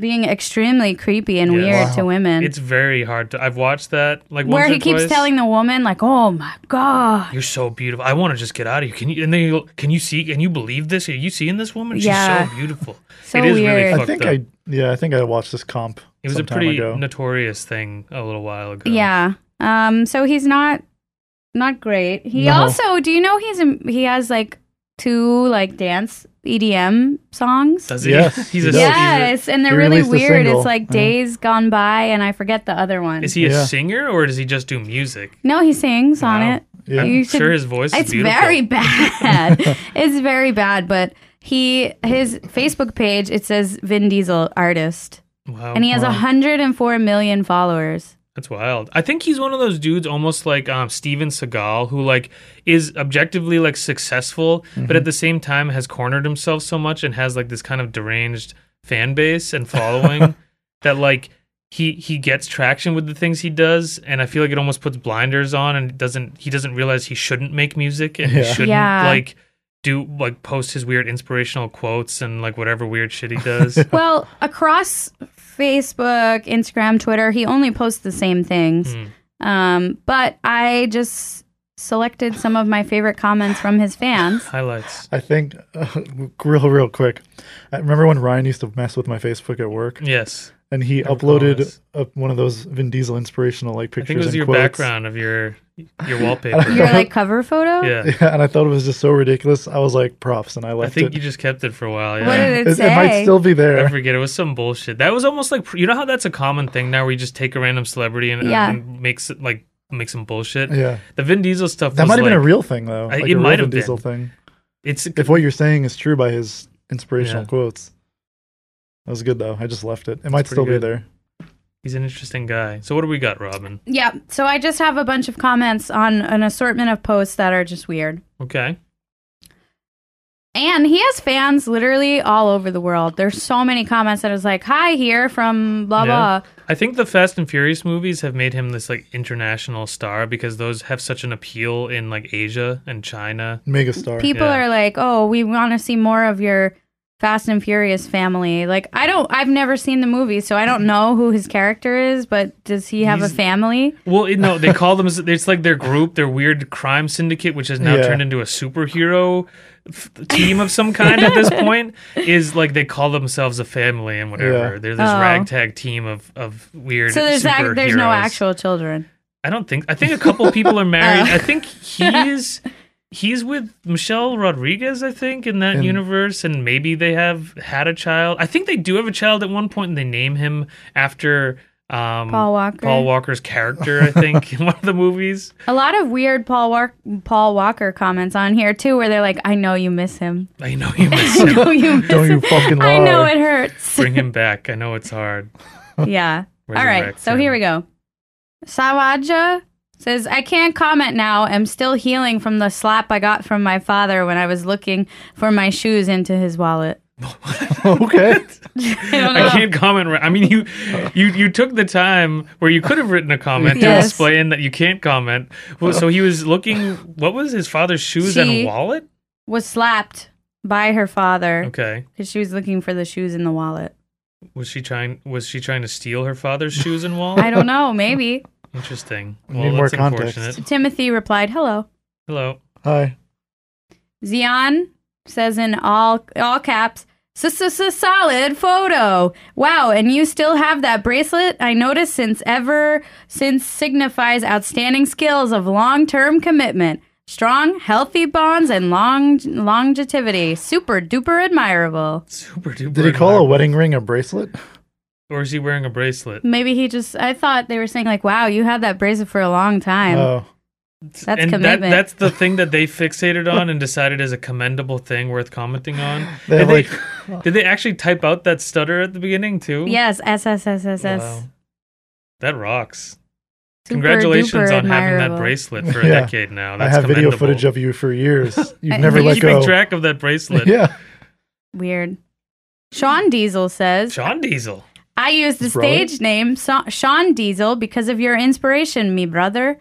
being extremely creepy and Yes. weird Wow. to women. It's very hard to. I've watched that like once where or he keeps twice. telling the woman like, "Oh my god." You're so beautiful. I want to just get out of here. Can you? And then you go, can you see? Can you believe this? Are you seeing this woman? She's Yeah. so beautiful. So it is weird. really I fucked think up. I yeah, I think I watched this comp. It was some a time pretty ago. notorious thing a little while ago. Yeah. Um so he's not not great. He No. also, do you know he's in, he has like two like dance EDM songs? Does he? Yes, he's he a, he's does. a- yes, and they're He really released a weird. single. It's like Yeah. Days Gone By and I forget the other one. is he a Yeah. singer or does he just do music? no, he sings on Wow. it. yeah. You I'm should- sure his voice is It's beautiful. [laughs] very bad. it's very bad, but he his Facebook page it says Vin Diesel artist wow, and he has wow. 104 [laughs] million followers. that's wild. I think he's one of those dudes, almost like um, Steven Seagal, who like is objectively like successful, but at the same time has cornered himself so much and has like this kind of deranged fan base and following that like. He, he gets traction with the things he does and I feel like it almost puts blinders on and it doesn't he doesn't realize he shouldn't make music and he Yeah. shouldn't Yeah. like do like post his weird inspirational quotes and like whatever weird shit he does. well, across Facebook, Instagram, Twitter, he only posts the same things. Mm. Um, but I just selected some of my favorite comments from his fans. Highlights. I think [laughs] uh, real real quick. I remember when Ryan used to mess with my Facebook at work, Yes. and he I recall uploaded this. a, one of those Vin Diesel inspirational like I pictures. think it was and your quotes. background of your your wallpaper. Your like cover photo? [laughs] yeah. [laughs] Yeah, and I thought it was just so ridiculous. I was like, props, and I I left think it. you just kept it for a while. What Yeah. did it it, say? it might still be I there. forget. It was some bullshit. That was almost like you know how that's a common thing now, where you just take a random celebrity and, Yeah. and makes it like make some bullshit. Yeah, The Vin Diesel stuff. that was might have like, been a real thing though. I- it like a real might have Vin been. Diesel thing. It's If what you're saying is true by his inspirational Yeah. quotes, that was good though. I just left it. It might pretty still be good. there. he's an interesting guy. So what do we got, Robin? Yeah. So I just have a bunch of comments on an assortment of posts that are just weird. Okay. And he has fans literally all over the world. There's so many comments that is like, hi here from blah Yeah. blah. I think the Fast and Furious movies have made him this like international star because those have such an appeal in like Asia and China. Mega star. People Yeah. are like, oh, we want to see more of your Fast and Furious family. Like I don't I've never seen the movie, so I don't know who his character is, but does he have Mm-hmm. He's- a family? Well, it- no, they call them. [laughs] It's like their group, their weird crime syndicate, which has now Yeah. turned into a superhero f- team of some kind. at [laughs] this point, is like they call themselves a family and whatever. Yeah. They're this Oh. ragtag team of of weird. So there's ac- there's superheroes. no Mm-hmm. actual Oh. children. I don't think. I think a couple people are [laughs] married. I think he's he's with Michelle Rodriguez. I think in that And- universe, and maybe they have had a child. I think they do have a child at one point, and they name him after um, Paul Walker. Paul Walker's character. I think in one of the movies. a lot of weird Paul Walk- Paul Walker comments on here too, where they're like, "I know you miss him. [laughs] I know you miss [laughs] I him. [laughs] know you miss Don't you him. fucking [laughs] lie. I know it hurts." Bring him back. I know it's hard. yeah. All right. Resurrect So him. here we go. Sawaja says, I can't comment now. I'm still healing from the slap I got from my father when I was looking for my shoes into his wallet. okay. I don't know. I can't comment. ri- I mean, you, you, you took the time where you could have written a comment Yes. to explain that you can't comment. Well, so he was looking. What was his father's shoes She- and wallet? Was slapped by her father Okay. because she was looking for the shoes in the wallet. Was she trying? Was she trying to steal her father's shoes and wallet? I don't know. Maybe. Interesting. We Well, need more that's context. unfortunate. Timothy replied, Hello. Hello. [laughs] Hi. Zion says in all all caps, "S- s- s- solid photo. Wow, and you still have that bracelet? I noticed since ever since signifies outstanding skills of long-term commitment, strong, healthy bonds and long longevity. Super duper admirable." Super duper. Did he call a admirable. wedding ring a bracelet? Or is he wearing a bracelet? Maybe he just I thought they were saying like, "Wow, you had that bracelet for a long time." Oh, That's and that, commitment. that's the thing that they fixated on and decided is a commendable thing worth commenting [laughs] on. They did, [laughs] like they, did they actually type out that stutter at the beginning too? yes, SSSSS. Wow. That rocks. Super Congratulations duper on having admirable. that bracelet for a [laughs] Yeah. decade now. I That's have video commendable. footage of you for [laughs] years. You've I- never you let keeping go. [laughs] track of that bracelet. Yeah. Weird. Sean Diesel says, Sean Diesel. I use the Brother? stage name so- Sean Diesel because of your inspiration, me brother.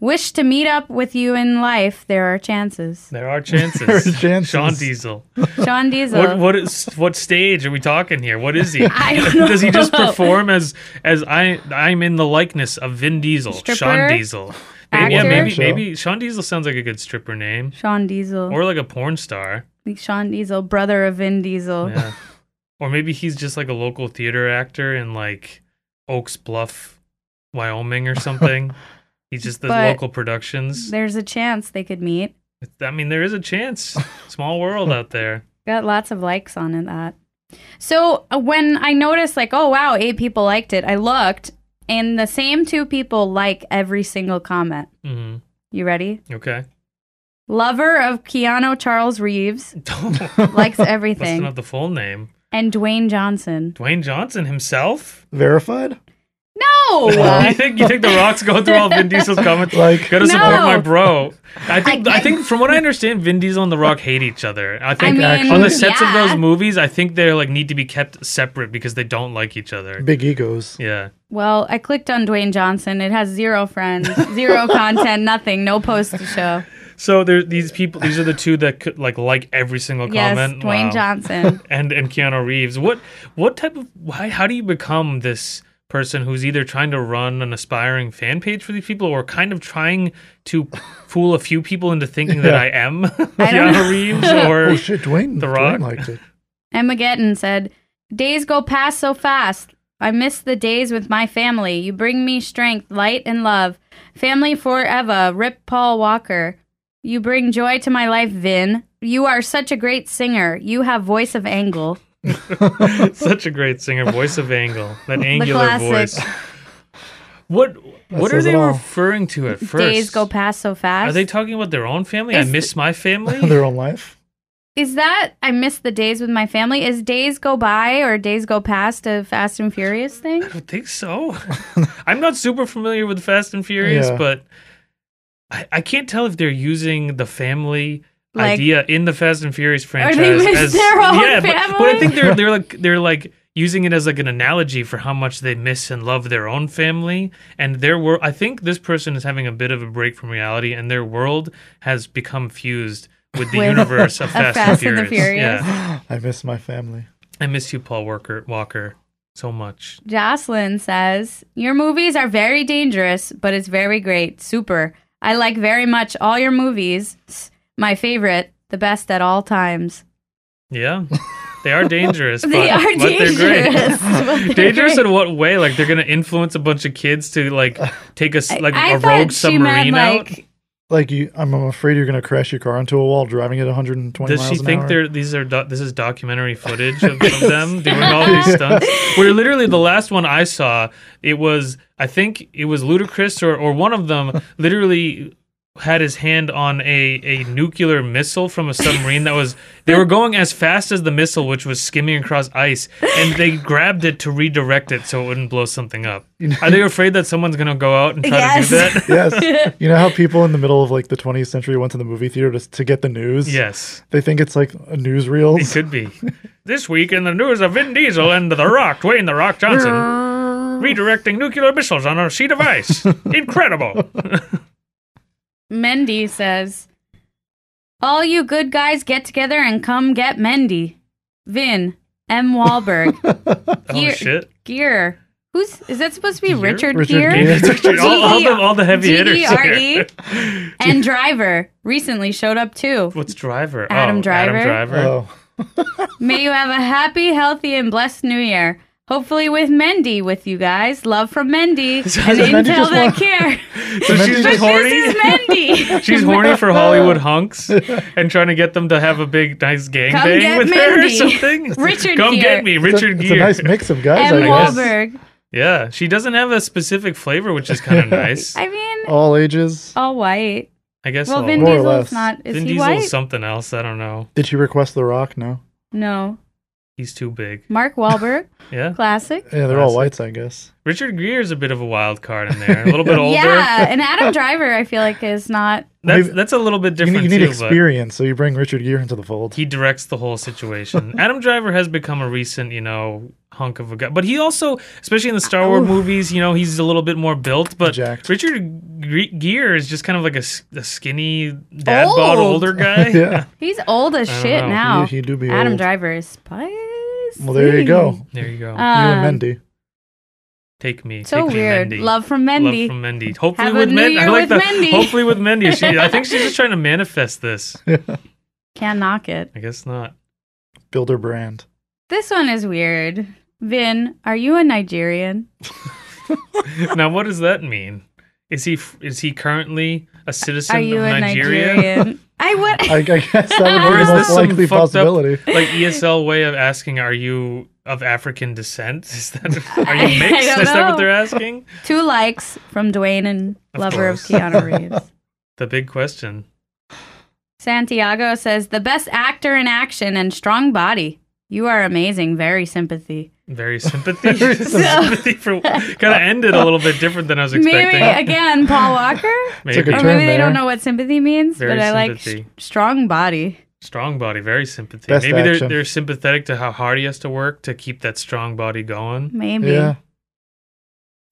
Wish to meet up with you in life. There [laughs] are chances. There [laughs] are chances. There are chances. Sean Diesel. Sean Diesel. What what is what stage are we talking here? What is he? [laughs] I don't Does he just know. perform as as I I'm in the likeness of Vin Diesel, Stripper? Sean Diesel? Maybe, yeah, [laughs] Actor? maybe Show. maybe Sean Diesel sounds like a good stripper name Sean Diesel. or like a porn star. Sean Diesel, brother of Vin Diesel. Yeah. or maybe he's just like a local theater actor in like Oaks Bluff, Wyoming or [laughs] something. he's just the But local productions. There's a chance they could meet. I mean, there is a chance. Small world out there. Got lots of likes on it that. So uh, when I noticed like, oh wow, eight people liked it, I looked and the same two people like every single comment. hmm You ready? Okay. [laughs] Lover of Keanu Charles Reeves That's [laughs] likes everything. not the full name. and Dwayne Johnson. Dwayne Johnson himself. Verified? [laughs] No, you think you think the Rock's going through all Vin Diesel's comments? Like- gotta support No. my bro. I think I I, think from what I understand, Vin Diesel and the Rock hate each other. I think mean, on the sets of yeah. those movies, I think they like need to be kept separate because they don't like each other. Big egos. Yeah, Well, I clicked on Dwayne Johnson. It has zero friends, [laughs] zero content, nothing, no post to show. so there these people. These are the two that could, like like every single Yes, comment. Dwayne Wow. Johnson. and and Keanu Reeves. What what type of why, how do you become this person who's either trying to run an aspiring fan page for these people or kind of trying to fool a few people into thinking that I am Keanu Reeves or [laughs] Oh shit, Dwayne. The Dwayne Rock. [laughs] liked it. Emma Getton said, "Days go past so fast. I miss the days with my family. You bring me strength, light, and love. Family forever. Rip Paul Walker. You bring joy to my life, Vin. You are such a great singer. You have voice of angle. [laughs] such a great singer, voice of angle, that angular classic. voice. What what are says they it all. referring to at first? Days go past so fast. are they talking about their own family? I Is- miss my [laughs] family. Their own life. Is that I miss the days with my family? Is days go by or days go past a Fast and Furious thing? I don't think so. I'm not super familiar with Fast and Furious, Yeah. but I, I can't tell if they're using the family Like- idea in the Fast and Furious Are franchise. they miss as, their own yeah, But, but I family? think they're they're like they're like using it as like an analogy for how much they miss and love their own family and their world. I think this person is having a bit of a break from reality, and their world has become fused with the With- [laughs] universe of Fast, and, the Furious. Yeah. I miss my family. I miss you, Paul Walker, Walker so much. Jocelyn says, Your movies are very dangerous, but it's very great. Super. I like very much all your movies. S- My favorite, the best at all times. Yeah. They are dangerous, but, [laughs] They are but they're great. dangerous. [laughs] [laughs] but they're Dangerous great. in what way? Like they're gonna influence a bunch of kids to like take a s- like I- I a thought rogue she meant, submarine out? like, Like you, I'm afraid you're gonna crash your car into a wall driving at 120 Does miles she an think hour. they're these are doc this is documentary footage of, of them doing all these [laughs] stunts? Where literally the last one I saw, it was I think it was Ludacris or or one of them literally had his hand on a a nuclear missile from a submarine that was they were going as fast as the missile which was skimming across ice and they grabbed it to redirect it so it wouldn't blow something up. Are they afraid that someone's going to go out and try Yes. to do that? [laughs] [laughs] [laughs] yes. You know how people in the middle of like the 20th century went to the movie theater to, to get the news? yes. They think it's like a It newsreels. could be. this week in the news of Vin Diesel and The Rock, Dwayne The Rock [laughs] Johnson, redirecting nuclear missiles on a sheet of [laughs] ice. Incredible. Mendy says, All you good guys get together and come get Mendy. Vin, M. [laughs] Wahlberg. Oh, Gear- shit. Gear. Who's is that supposed to be Gear? Richard, Richard Gear? Gere. [laughs] All, all the, all the heavy hitters. G-E-R-E. here. E. [laughs] And Driver recently showed up too. What's Driver? Adam oh, Driver? Adam Driver. Oh, May you have a happy, healthy, and blessed new year. Hopefully with Mendy with you guys. Love from [laughs] Mendy. and Mendy Intel just that want- care. So But she's [laughs] she's just This is horny. [laughs] Mendy. She's horny [laughs] for Hollywood hunks and trying to get them to have a big, nice gangbang get with her or Mandy. something. [laughs] Richard Come Gere. get me, it's Richard a, it's a Gere. nice mix of guys, M. I guess. Wahlberg. Yeah, she doesn't have a specific flavor, which is [laughs] kind of nice. I mean, All ages. all white. I guess. Well, I'll- Vin More or Diesel's less. not. Is Vin he Diesel's white? something else. I don't know. Did she request The Rock? No. No. He's too big. Mark [laughs] Wahlberg. Yeah. classic. Yeah, they're all Classic. whites, I guess. Richard Gere's a bit of a wild card in there. A little bit older. [laughs] Yeah. And Adam Driver, I feel like, is not. That's Maybe- that's a little bit You need, different you need too, experience, so you bring Richard Gere into the but fold. he directs the whole [laughs] situation. Adam Driver has become a recent, you know, hunk of a guy. But he also, especially in the Star Wars movies, you know, he's a little bit more built, but Jacked. Richard Gre- Gere is just kind of like a, s- a skinny dad Old. bod older guy. [laughs] [laughs] yeah. He's old as I don't shit know. now. He, he do be Oh, Adam old. Driver is spicy. Well, there you go. There you go. Um, You and Mendy. Take me. So Take me, weird. Mendy. Love from Love Mendy. from Mendy. Hopefully Have a with New Mendy. Year I like with the Mendy. hopefully with Mendy. She, I think she's just [laughs] trying to manifest this. Can't knock it. I guess not. Build her brand. This one is weird. Vin, are you a Nigerian? Now, what does that mean? Is he is he currently a citizen Are you of a Nigeria? [laughs] Nigerian? I would. [laughs] I, I guess that would Or be is the this most some likely fucked up- possibility. Like ESL way of asking, are you of African descent? [laughs] Is that are [laughs] I you mixed? don't Is that know. what they're asking? Two likes from Dwayne and Of lover course. of Keanu [laughs] Reeves. The big question. Santiago says the best actor in action and strong body. You are amazing. Very sympathy. [laughs] Very sympathy. [laughs] sympathy for kind of ended a little bit different than I was Maybe expecting. again, Paul [laughs] Walker. Maybe. Took Or a maybe turn they don't there. know what sympathy means, Very but I like sh- sympathy. strong body. strong body, very sympathy. Best Maybe they're action. they're sympathetic to how hard he has to work to keep that strong body going. Maybe. Yeah.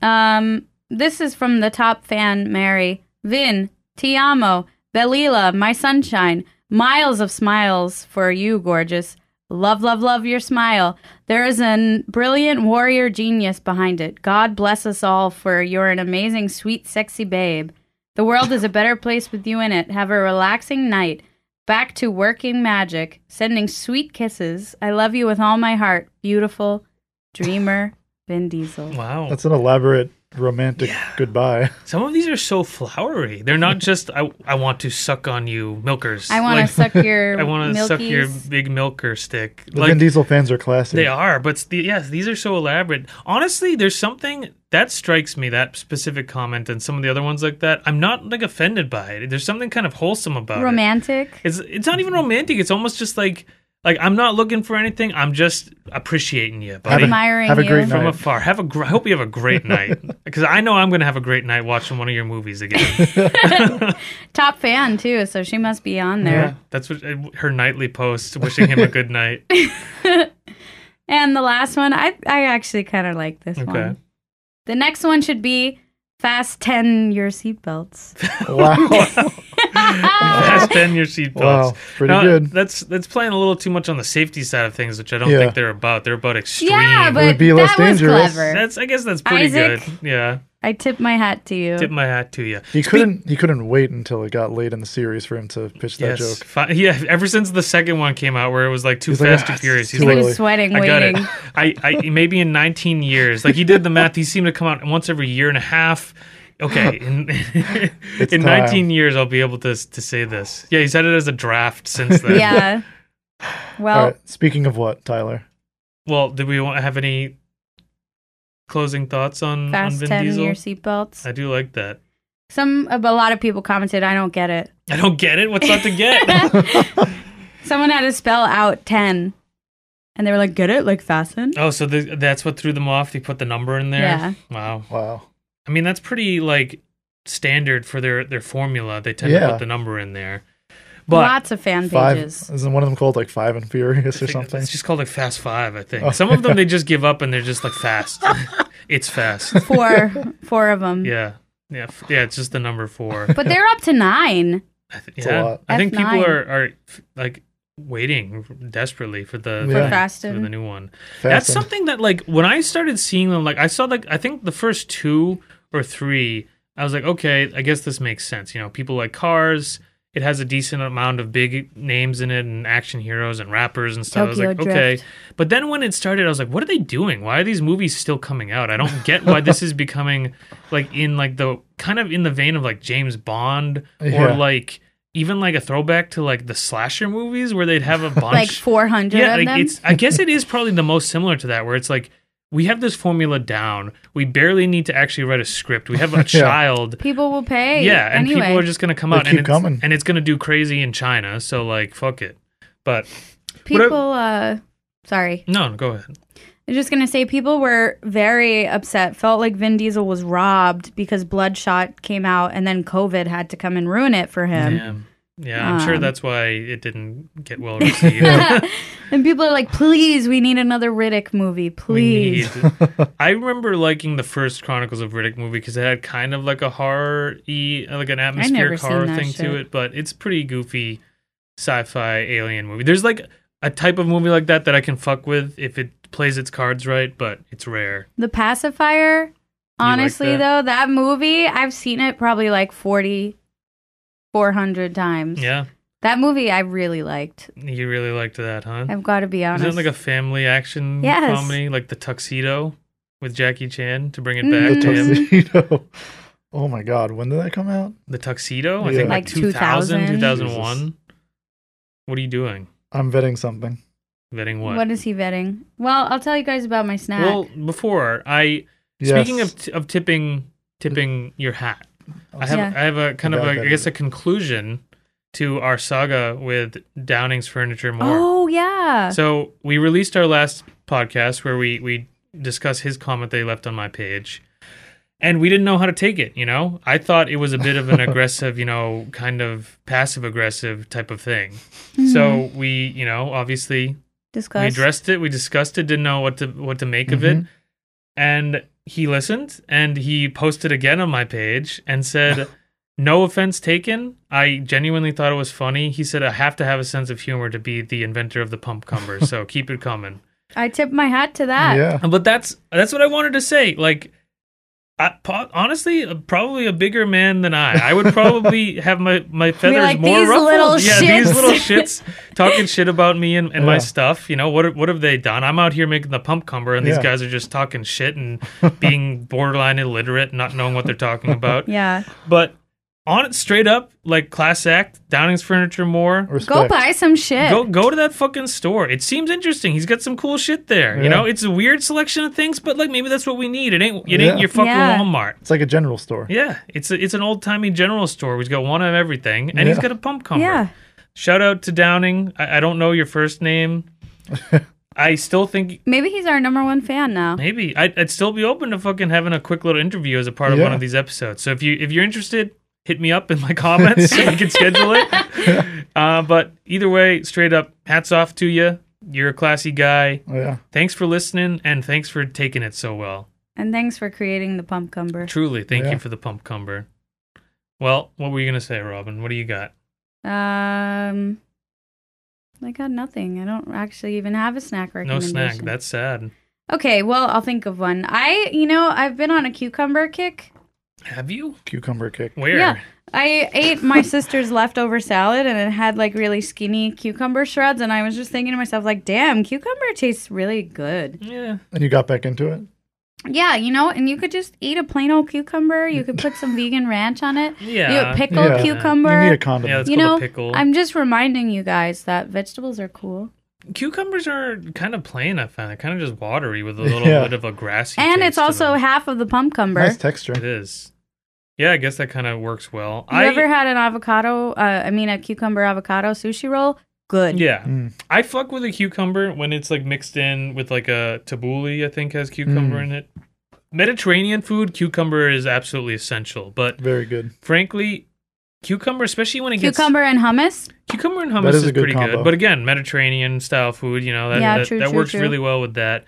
Um, this is from the top fan, Mary. Vin, Ti amo, Belila, my sunshine, miles of smiles for you, gorgeous. Love, love, love your smile. There is an brilliant warrior genius behind it. God bless us all for you're an amazing, sweet, sexy babe. The world is a better place with you in it. Have a relaxing night. Back to working magic. Sending sweet kisses. I love you with all my heart. Beautiful dreamer, Vin Diesel. Wow. That's an elaborate romantic goodbye. Some of these are so flowery. They're [laughs] not just I I want to suck on you milkers. I want to Like, suck [laughs] your. I want to suck your Milky's. big milker stick. The like Vin Diesel fans are classy. they are, but the, yes, these are so elaborate. Honestly, there's something that strikes me that specific comment and some of the other ones like that. I'm not like offended by it. There's something kind of wholesome about it. romantic. It's it's not even romantic. It's almost just like like I'm not looking for anything. I'm just appreciating you, buddy. Admiring Have a you. great from night. afar. Have a gr- I hope you have a [laughs] great night because I know I'm going to have a great night watching one of your movies [laughs] again. Top fan too, so she must be on there. That's what uh, her nightly post wishing him a good [laughs] night. And the last one, I I actually kind of like this Okay. one. [laughs] The next one should be fasten your seatbelts. Ah, Wow. Fasten your seatbelts. Wow, pretty Now, good. That's that's playing a little too much on the safety side of things, which I don't Yeah. think they're about. They're about extreme. yeah, but would be less that was dangerous. clever. that's I guess that's pretty Isaac? good. Yeah, I tip my hat to you. tip my hat to you. He couldn't. He couldn't wait until it got late in the series for him to pitch yes, that joke. Fi- yeah. Ever since the second one came out, where it was like too He's like, fast "Ah, and it's furious, he's too he like, early." was sweating, I got [laughs] waiting. it. I, I maybe in 19 years, like he did the math. He seemed to come out once every year and a half. [gasps] Okay, in, [laughs] in time. 19 years, I'll be able to to say this. Yeah, he's had it as a draft since then. Yeah. Well, All right. Speaking of what, Tyler? Well, do we want have any closing thoughts on, on fast Vin ten Diesel? your seatbelts. I do like that. Some, a lot of people commented, "I don't get it." I don't get it. What's not to get? [laughs] Someone had to spell out ten, and they were like, "Get it? Like fasten?" oh, so the, that's what threw them off. They put the number in there. Yeah. Wow. Wow. I mean, that's pretty like standard for their their formula. They tend to Yeah. put the number in there. But Lots of fan Five. pages. Isn't one of them called like Five and Furious or think something? It's [laughs] just called like Fast Five, I think. Oh. Some of them they just give up and they're [laughs] just like fast. it's fast. [laughs] Four, four of them. Yeah, yeah, f- yeah. It's just the number [laughs] four. But they're up to nine. I th- It's a yeah, lot. I think F9. people are are f- like waiting desperately for the For Yeah. for Fasten. the new one. That's Fasten. something that like when I started seeing them, like I saw like I think the first two or three, I was like, okay, I guess this makes sense. You know, people like cars. It has a decent amount of big names in it and action heroes and rappers and stuff. I Tokyo was like, okay. Drift. But then when it started, I was like, what are they doing? Why are these movies still coming out? I don't get why this is [laughs] becoming like in like the kind of in the vein of like James Bond or Yeah. like even like a throwback to like the slasher movies where they'd have a bunch [laughs] Like four hundred yeah, of like them. it's. I guess it is probably the most similar to that, where it's like we have this formula down. We barely need to actually write a script. We [laughs] have a child. people will pay. yeah, and anyway. people are just gonna come They out and keep it's, coming. and it's gonna do crazy in China. So like, fuck it. But I- people. uh, sorry, no, no, go ahead. I'm just gonna say people were very upset. Felt like Vin Diesel was robbed because Bloodshot came out, and then COVID had to come and ruin it for him. Yeah, yeah. I'm sure Um, that's why it didn't get well [laughs] received. And people are like, "Please, we need another Riddick movie, We please." need- I remember liking the first Chronicles of Riddick movie because it had kind of like a horror y, like an atmospheric seen horror that thing shit. to it, but it's pretty goofy sci fi alien movie. There's like a type of movie like that that I can fuck with if it plays its cards right, but it's rare. The Pacifier. Honestly, though, that movie I've seen it probably like 40, 400 times. Yeah, That movie I really liked. you really liked that, huh? I've got to be honest. Isn't it like a family action Yes. comedy, like The Tuxedo with Jackie Chan to bring it Mm. back The to him? [laughs] tuxedo. Oh my God! When did that come out? The Tuxedo? I Yeah. think like, Like 2000, 2000. 2001. What are you doing? I'm vetting something. Vetting what? what is he vetting? Well, I'll tell you guys about my snack. Well, before I speaking Yes. of t- of tipping tipping your hat, I have Yeah. I have a kind of a, About that, I guess a conclusion to our saga with Downing's Furniture More. oh yeah. So we released our last podcast where we we discuss his comment they left on my page. And we didn't know how to take it, you know? I thought it was a bit of [laughs] an aggressive, you know, kind of passive aggressive type of thing. Mm-hmm. So we, you know, obviously we discuss. addressed it. We discussed it. Didn't know what to what to make of it. And he listened, and he posted again on my page and said, "No offense taken. I genuinely thought it was funny." He said, "I have to have a sense of humor to be the inventor of the pump cumber, so keep it coming." I tip my hat to that. yeah. [laughs] But that's that's what I wanted to say. Like, I, po- honestly, uh, probably a bigger man than I. I would [laughs] probably have my my feathers like, more "These ruffled. little yeah, shits." these little [laughs] shits talking shit about me and, and my Yeah. stuff. You know what? are- What have they done? I'm out here making the pump cumber, and these Yeah. guys are just talking shit [laughs] and being borderline illiterate, not knowing what they're talking [laughs] about. Yeah. But on it, straight up, like class act, Downing's Furniture More. Go Respect. buy some shit. Go go to that fucking store. It seems interesting. He's got some cool shit there. You Yeah. know, it's a weird selection of things, but like maybe that's what we need. It ain't it ain't Yeah. your fucking Yeah. Walmart. It's like a general store. Yeah, it's a, it's an old timey general store. He's got one of everything, and he's Yeah. got a pump cumber. yeah. Shout out to Downing. I, I don't know your first [laughs] name. I still think Maybe he's our number one fan now. maybe I'd, I'd still be open to fucking having a quick little interview as a part of Yeah. one of these episodes. So if you if you're interested, hit me up in my [laughs] comments so we can schedule [laughs] it. Uh, but either way, straight up, hats off to you. You're a classy guy. Oh, yeah. Thanks for listening and thanks for taking it so well. And thanks for creating the pump cumber. Truly, thank Yeah. you for the pump cumber. Well, what were you gonna say, Robin? What do you got? Um, I got nothing. I don't actually even have a snack No recommendation. snack. That's sad. okay. Well, I'll think of one. I, you know, I've been on a cucumber kick. Have you? Cucumber kick. Where? Yeah. I ate [laughs] my sister's leftover salad, and it had like really skinny cucumber shreds. And I was just thinking to myself, like, damn, cucumber tastes really good. Yeah. And you got back into it? Yeah, you know, and you could just eat a plain old cucumber. You could put some vegan ranch [laughs] on it. Yeah. You pickle Yeah. cucumber. you need a Yeah, condom. it's You called a know, pickle. I'm just reminding you guys that vegetables are cool. Cucumbers are kind of plain. I find they're kind of just watery [laughs] with a little Yeah. bit of a grassy. and taste it's to also them. half of the pumpcumber. nice it texture. is. Yeah, I guess that kind of works well. You I ever had an avocado? Uh, I mean, a cucumber avocado sushi roll? Good. yeah, Mm. I fuck with a cucumber when it's like mixed in with like a tabbouleh. I think has cucumber Mm. in it. Mediterranean food, cucumber is absolutely essential. But Very good. frankly, cucumber, especially when it gets Cucumber and hummus. Cucumber and hummus That is, is a good pretty good, combo. but again, Mediterranean style food, you know that Yeah, that, true, that true, works true. really well with that.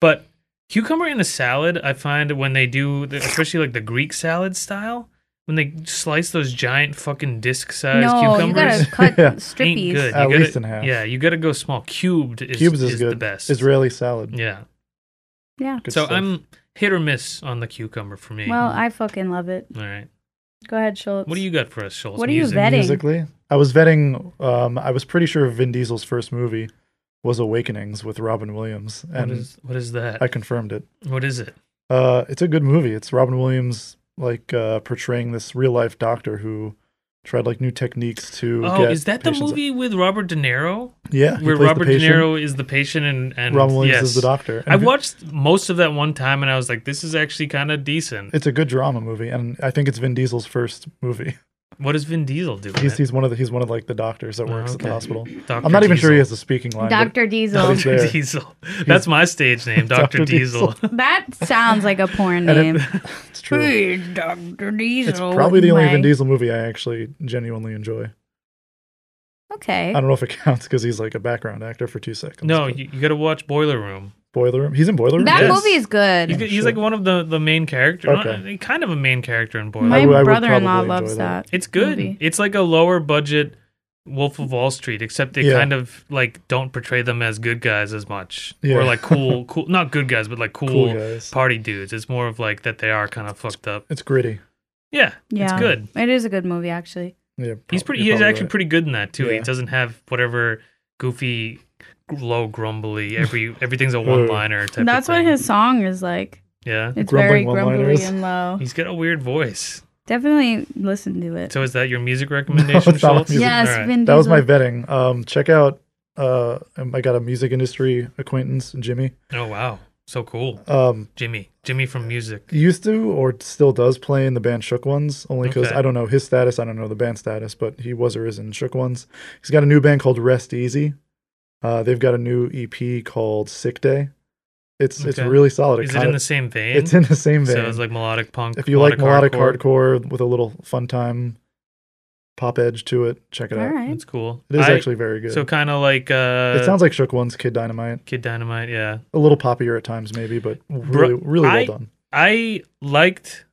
But cucumber in a salad, I find when they do, the- especially like the Greek salad style, when they slice those giant fucking disc-sized no, you cucumbers, gotta cut [laughs] Yeah. ain't strippies. good. At you gotta, least in half. Yeah, you gotta go small. Cubed is, Cubes is, good. the best. Israeli salad. yeah. Yeah. Good so stuff. I'm hit or miss on the cucumber for me. Well, I fucking love it. all right. Go ahead, Schultz. What do you got for us, Schultz? What are you Music? vetting? musically. I was vetting. Um, I was pretty sure Vin Diesel's first movie was Awakenings with Robin Williams, What and is what is that? I confirmed it. what is it? Uh, it's a good movie. It's Robin Williams like uh, portraying this real life doctor who tried like new techniques to. Oh, get is that the patients- movie with Robert De Niro? Yeah, he where plays the Robert De patient. Niro is the patient and, and Robin Williams yes. is the doctor. And I if you- watched most of that one time and I was like, this is actually kind of decent. It's a good drama movie, and I think it's Vin Diesel's first movie. [laughs] What does Vin Diesel do? in He's it? he's one of the he's one of like the doctors that Oh, works at okay. the hospital. Dr. I'm not even sure he Diesel. has a speaking line. but- Dr. Diesel. He's there. Dr. Diesel. That's my stage name, Dr. Dr. Diesel. [laughs] that sounds like a porn And it- name. it's true. Hey, Dr. Diesel. It's probably the only Oh, My- Vin Diesel movie I actually genuinely enjoy. Okay. I don't know if it [laughs] counts because he's like a background actor for two [laughs] seconds. no, but you, you got to watch Boiler Room. Boiler Room. He's in Boiler Room. That Yes. movie is good. He's, Yeah, he's Oh, sure. like one of the, the main character. Okay. Not- kind of a main character in Boiler My Room. would- I would brother-in-law probably loves enjoy that. that. It's good. movie. It's like a lower budget Wolf of Wall Street, except they Yeah. kind of like don't portray them as good guys as much, Yeah. or like cool, cool, not good guys, but like cool, Cool guys. party dudes. It's more of like that they are kind of fucked up. It's gritty. Yeah, Yeah. it's good. It is a good movie, actually. Yeah, He's prob- pretty. you're He's probably actually right. pretty good in that too. He Yeah. doesn't have whatever goofy, low grumbly. Every everything's a one [laughs] liner type. of That's what thing. his song is like. Yeah, It's Grumbling very grumbly one-liners. and low. he's got a weird voice. Definitely listen to it. So is that your [laughs] music recommendation, it's not Schultz? music. yes, All right. Vin Diesel. That was my vetting. Um, check out. Uh, um, I got a music industry acquaintance, Jimmy. Oh wow, so cool, Um, Jimmy. Jimmy from music. used to or still does play in the band Shook Ones, only because Okay. I don't know his status. I don't know the band status, but he was or is in Shook Ones. He's got a new band called Rest Easy. Uh, they've got a new EP called Sick Day. It's it's Okay. really solid. Is it kinda- in the same vein? It's in the same vein. So it's like melodic punk. if you like melodic hardcore. with a little fun time pop edge to it, check it All out. right. it's cool. It is I- actually very good. so kind of like uh, it sounds like Shook One's Kid Dynamite. Kid Dynamite. Yeah, A little poppier at times, maybe, but Bru- really, really I- well done. I liked.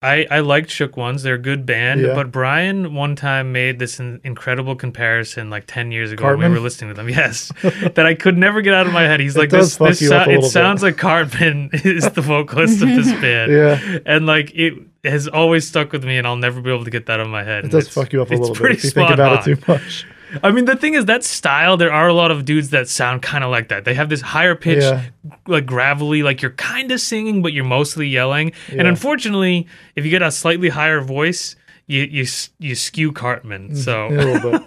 I, I liked Shook Ones. They're a good band, Yeah. but Brian one time made this in, incredible comparison like 10 years ago when Cartman? we were listening to them. [laughs] [laughs] Yes. that I could never get out of my head. He's It like, does this, fuck this you up sou- a it little bit. sounds like Cartman [laughs] is the vocalist of this band. [laughs] Yeah. And like, it has always stuck with me, and I'll never be able to get that out of my head. It and does it's- fuck you up a it's little bit pretty if you think spot about on. it too [laughs] much. I mean, the thing is that style. There are a lot of dudes that sound kind of like that. They have this higher pitch, Yeah. like gravelly, like you're kind of singing, but you're mostly yelling. And Yeah. unfortunately, if you get a slightly higher voice, you you s- you skew Cartman. So Mm, Yeah, a little bit.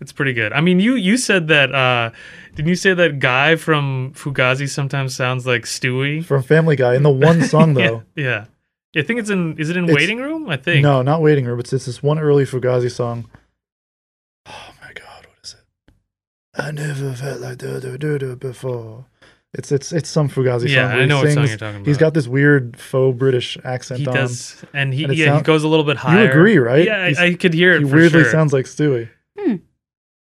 it's pretty good. I mean, you you said that. uh Didn't you say that guy from Fugazi sometimes sounds like Stewie? From Family Guy. In the [laughs] one song Yeah, though. yeah. I think it's in. Is it in It's- waiting room? I think. No, not Waiting Room. It's, it's this one early Fugazi song. Oh my god, what is it? I never felt like do do do do before. It's it's it's some Fugazi Yeah, song. I where he know what song sings- you're talking He's about. got this weird faux British accent He on. does, and he And it yeah he sound- goes a little bit higher. agree, right? Yeah, He's- I, I could hear it. He for weirdly sure. sounds like Stewie. Hmm.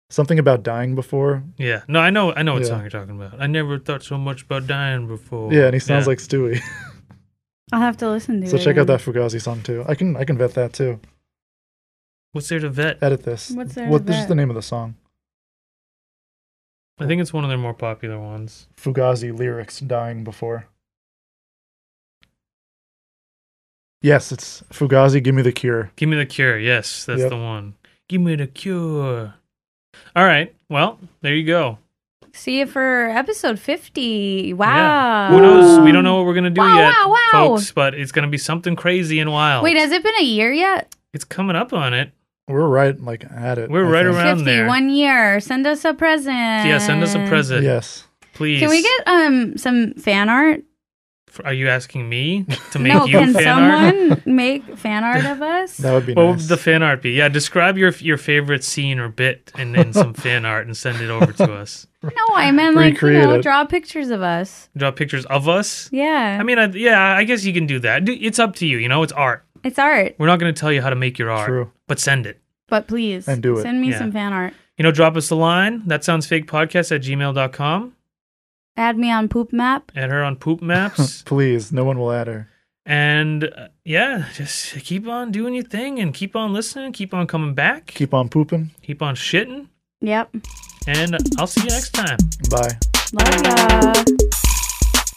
Something about dying before. Yeah. No, I know I know what Yeah. song you're talking about. I never thought so much about dying before. Yeah, and he sounds like Stewie. I'll have to listen to so it. check out then. that Fugazi song too. I can I can vet that too. What's there to vet? Edit this. What's there What to this is vet? the name of the song? I think it's one of their more popular ones. Fugazi lyrics dying before. Yes, it's Fugazi. Give me the cure. Give me the cure. Yes, that's Yep. the one. Give me the cure. All right. Well, there you go. See you for episode 50. Yeah. Wow. Who knows? We don't know what we're gonna do Wow, yet, wow, wow. folks. But it's gonna be something crazy and wild. Wait, has it been a year yet? it's coming up on it. We're right, like at it. We're I right think. Around 50, there. one year. Send us a present. yeah, send us a present, Yes. please. Can we get um some fan art? F- Are you asking me to make no, you can fan art? someone [laughs] make fan art of us? That would be What would nice. Oh, the fan art be? Yeah, describe your your favorite scene or bit, and then some fan art, and send it over to us. No, I meant like you Recreate know, it. draw pictures of us. Draw pictures of us. Yeah, I mean, I, yeah, I guess you can do that. Do- It's up to you. You know, it's art. it's art, We're not going to tell you how to make your art, True. but send it. but please And do it. Send me Yeah. some fan art. You know, drop us a line. That sounds fake podcast at gmail.com. Add me on Poop Map. Add her on poop [laughs] maps. Please, no one will add her. and uh, yeah, just keep on doing your thing and keep on listening. Keep on coming back. Keep, Keep on pooping. on shitting. Yep, And I'll see you next time. Bye. love ya.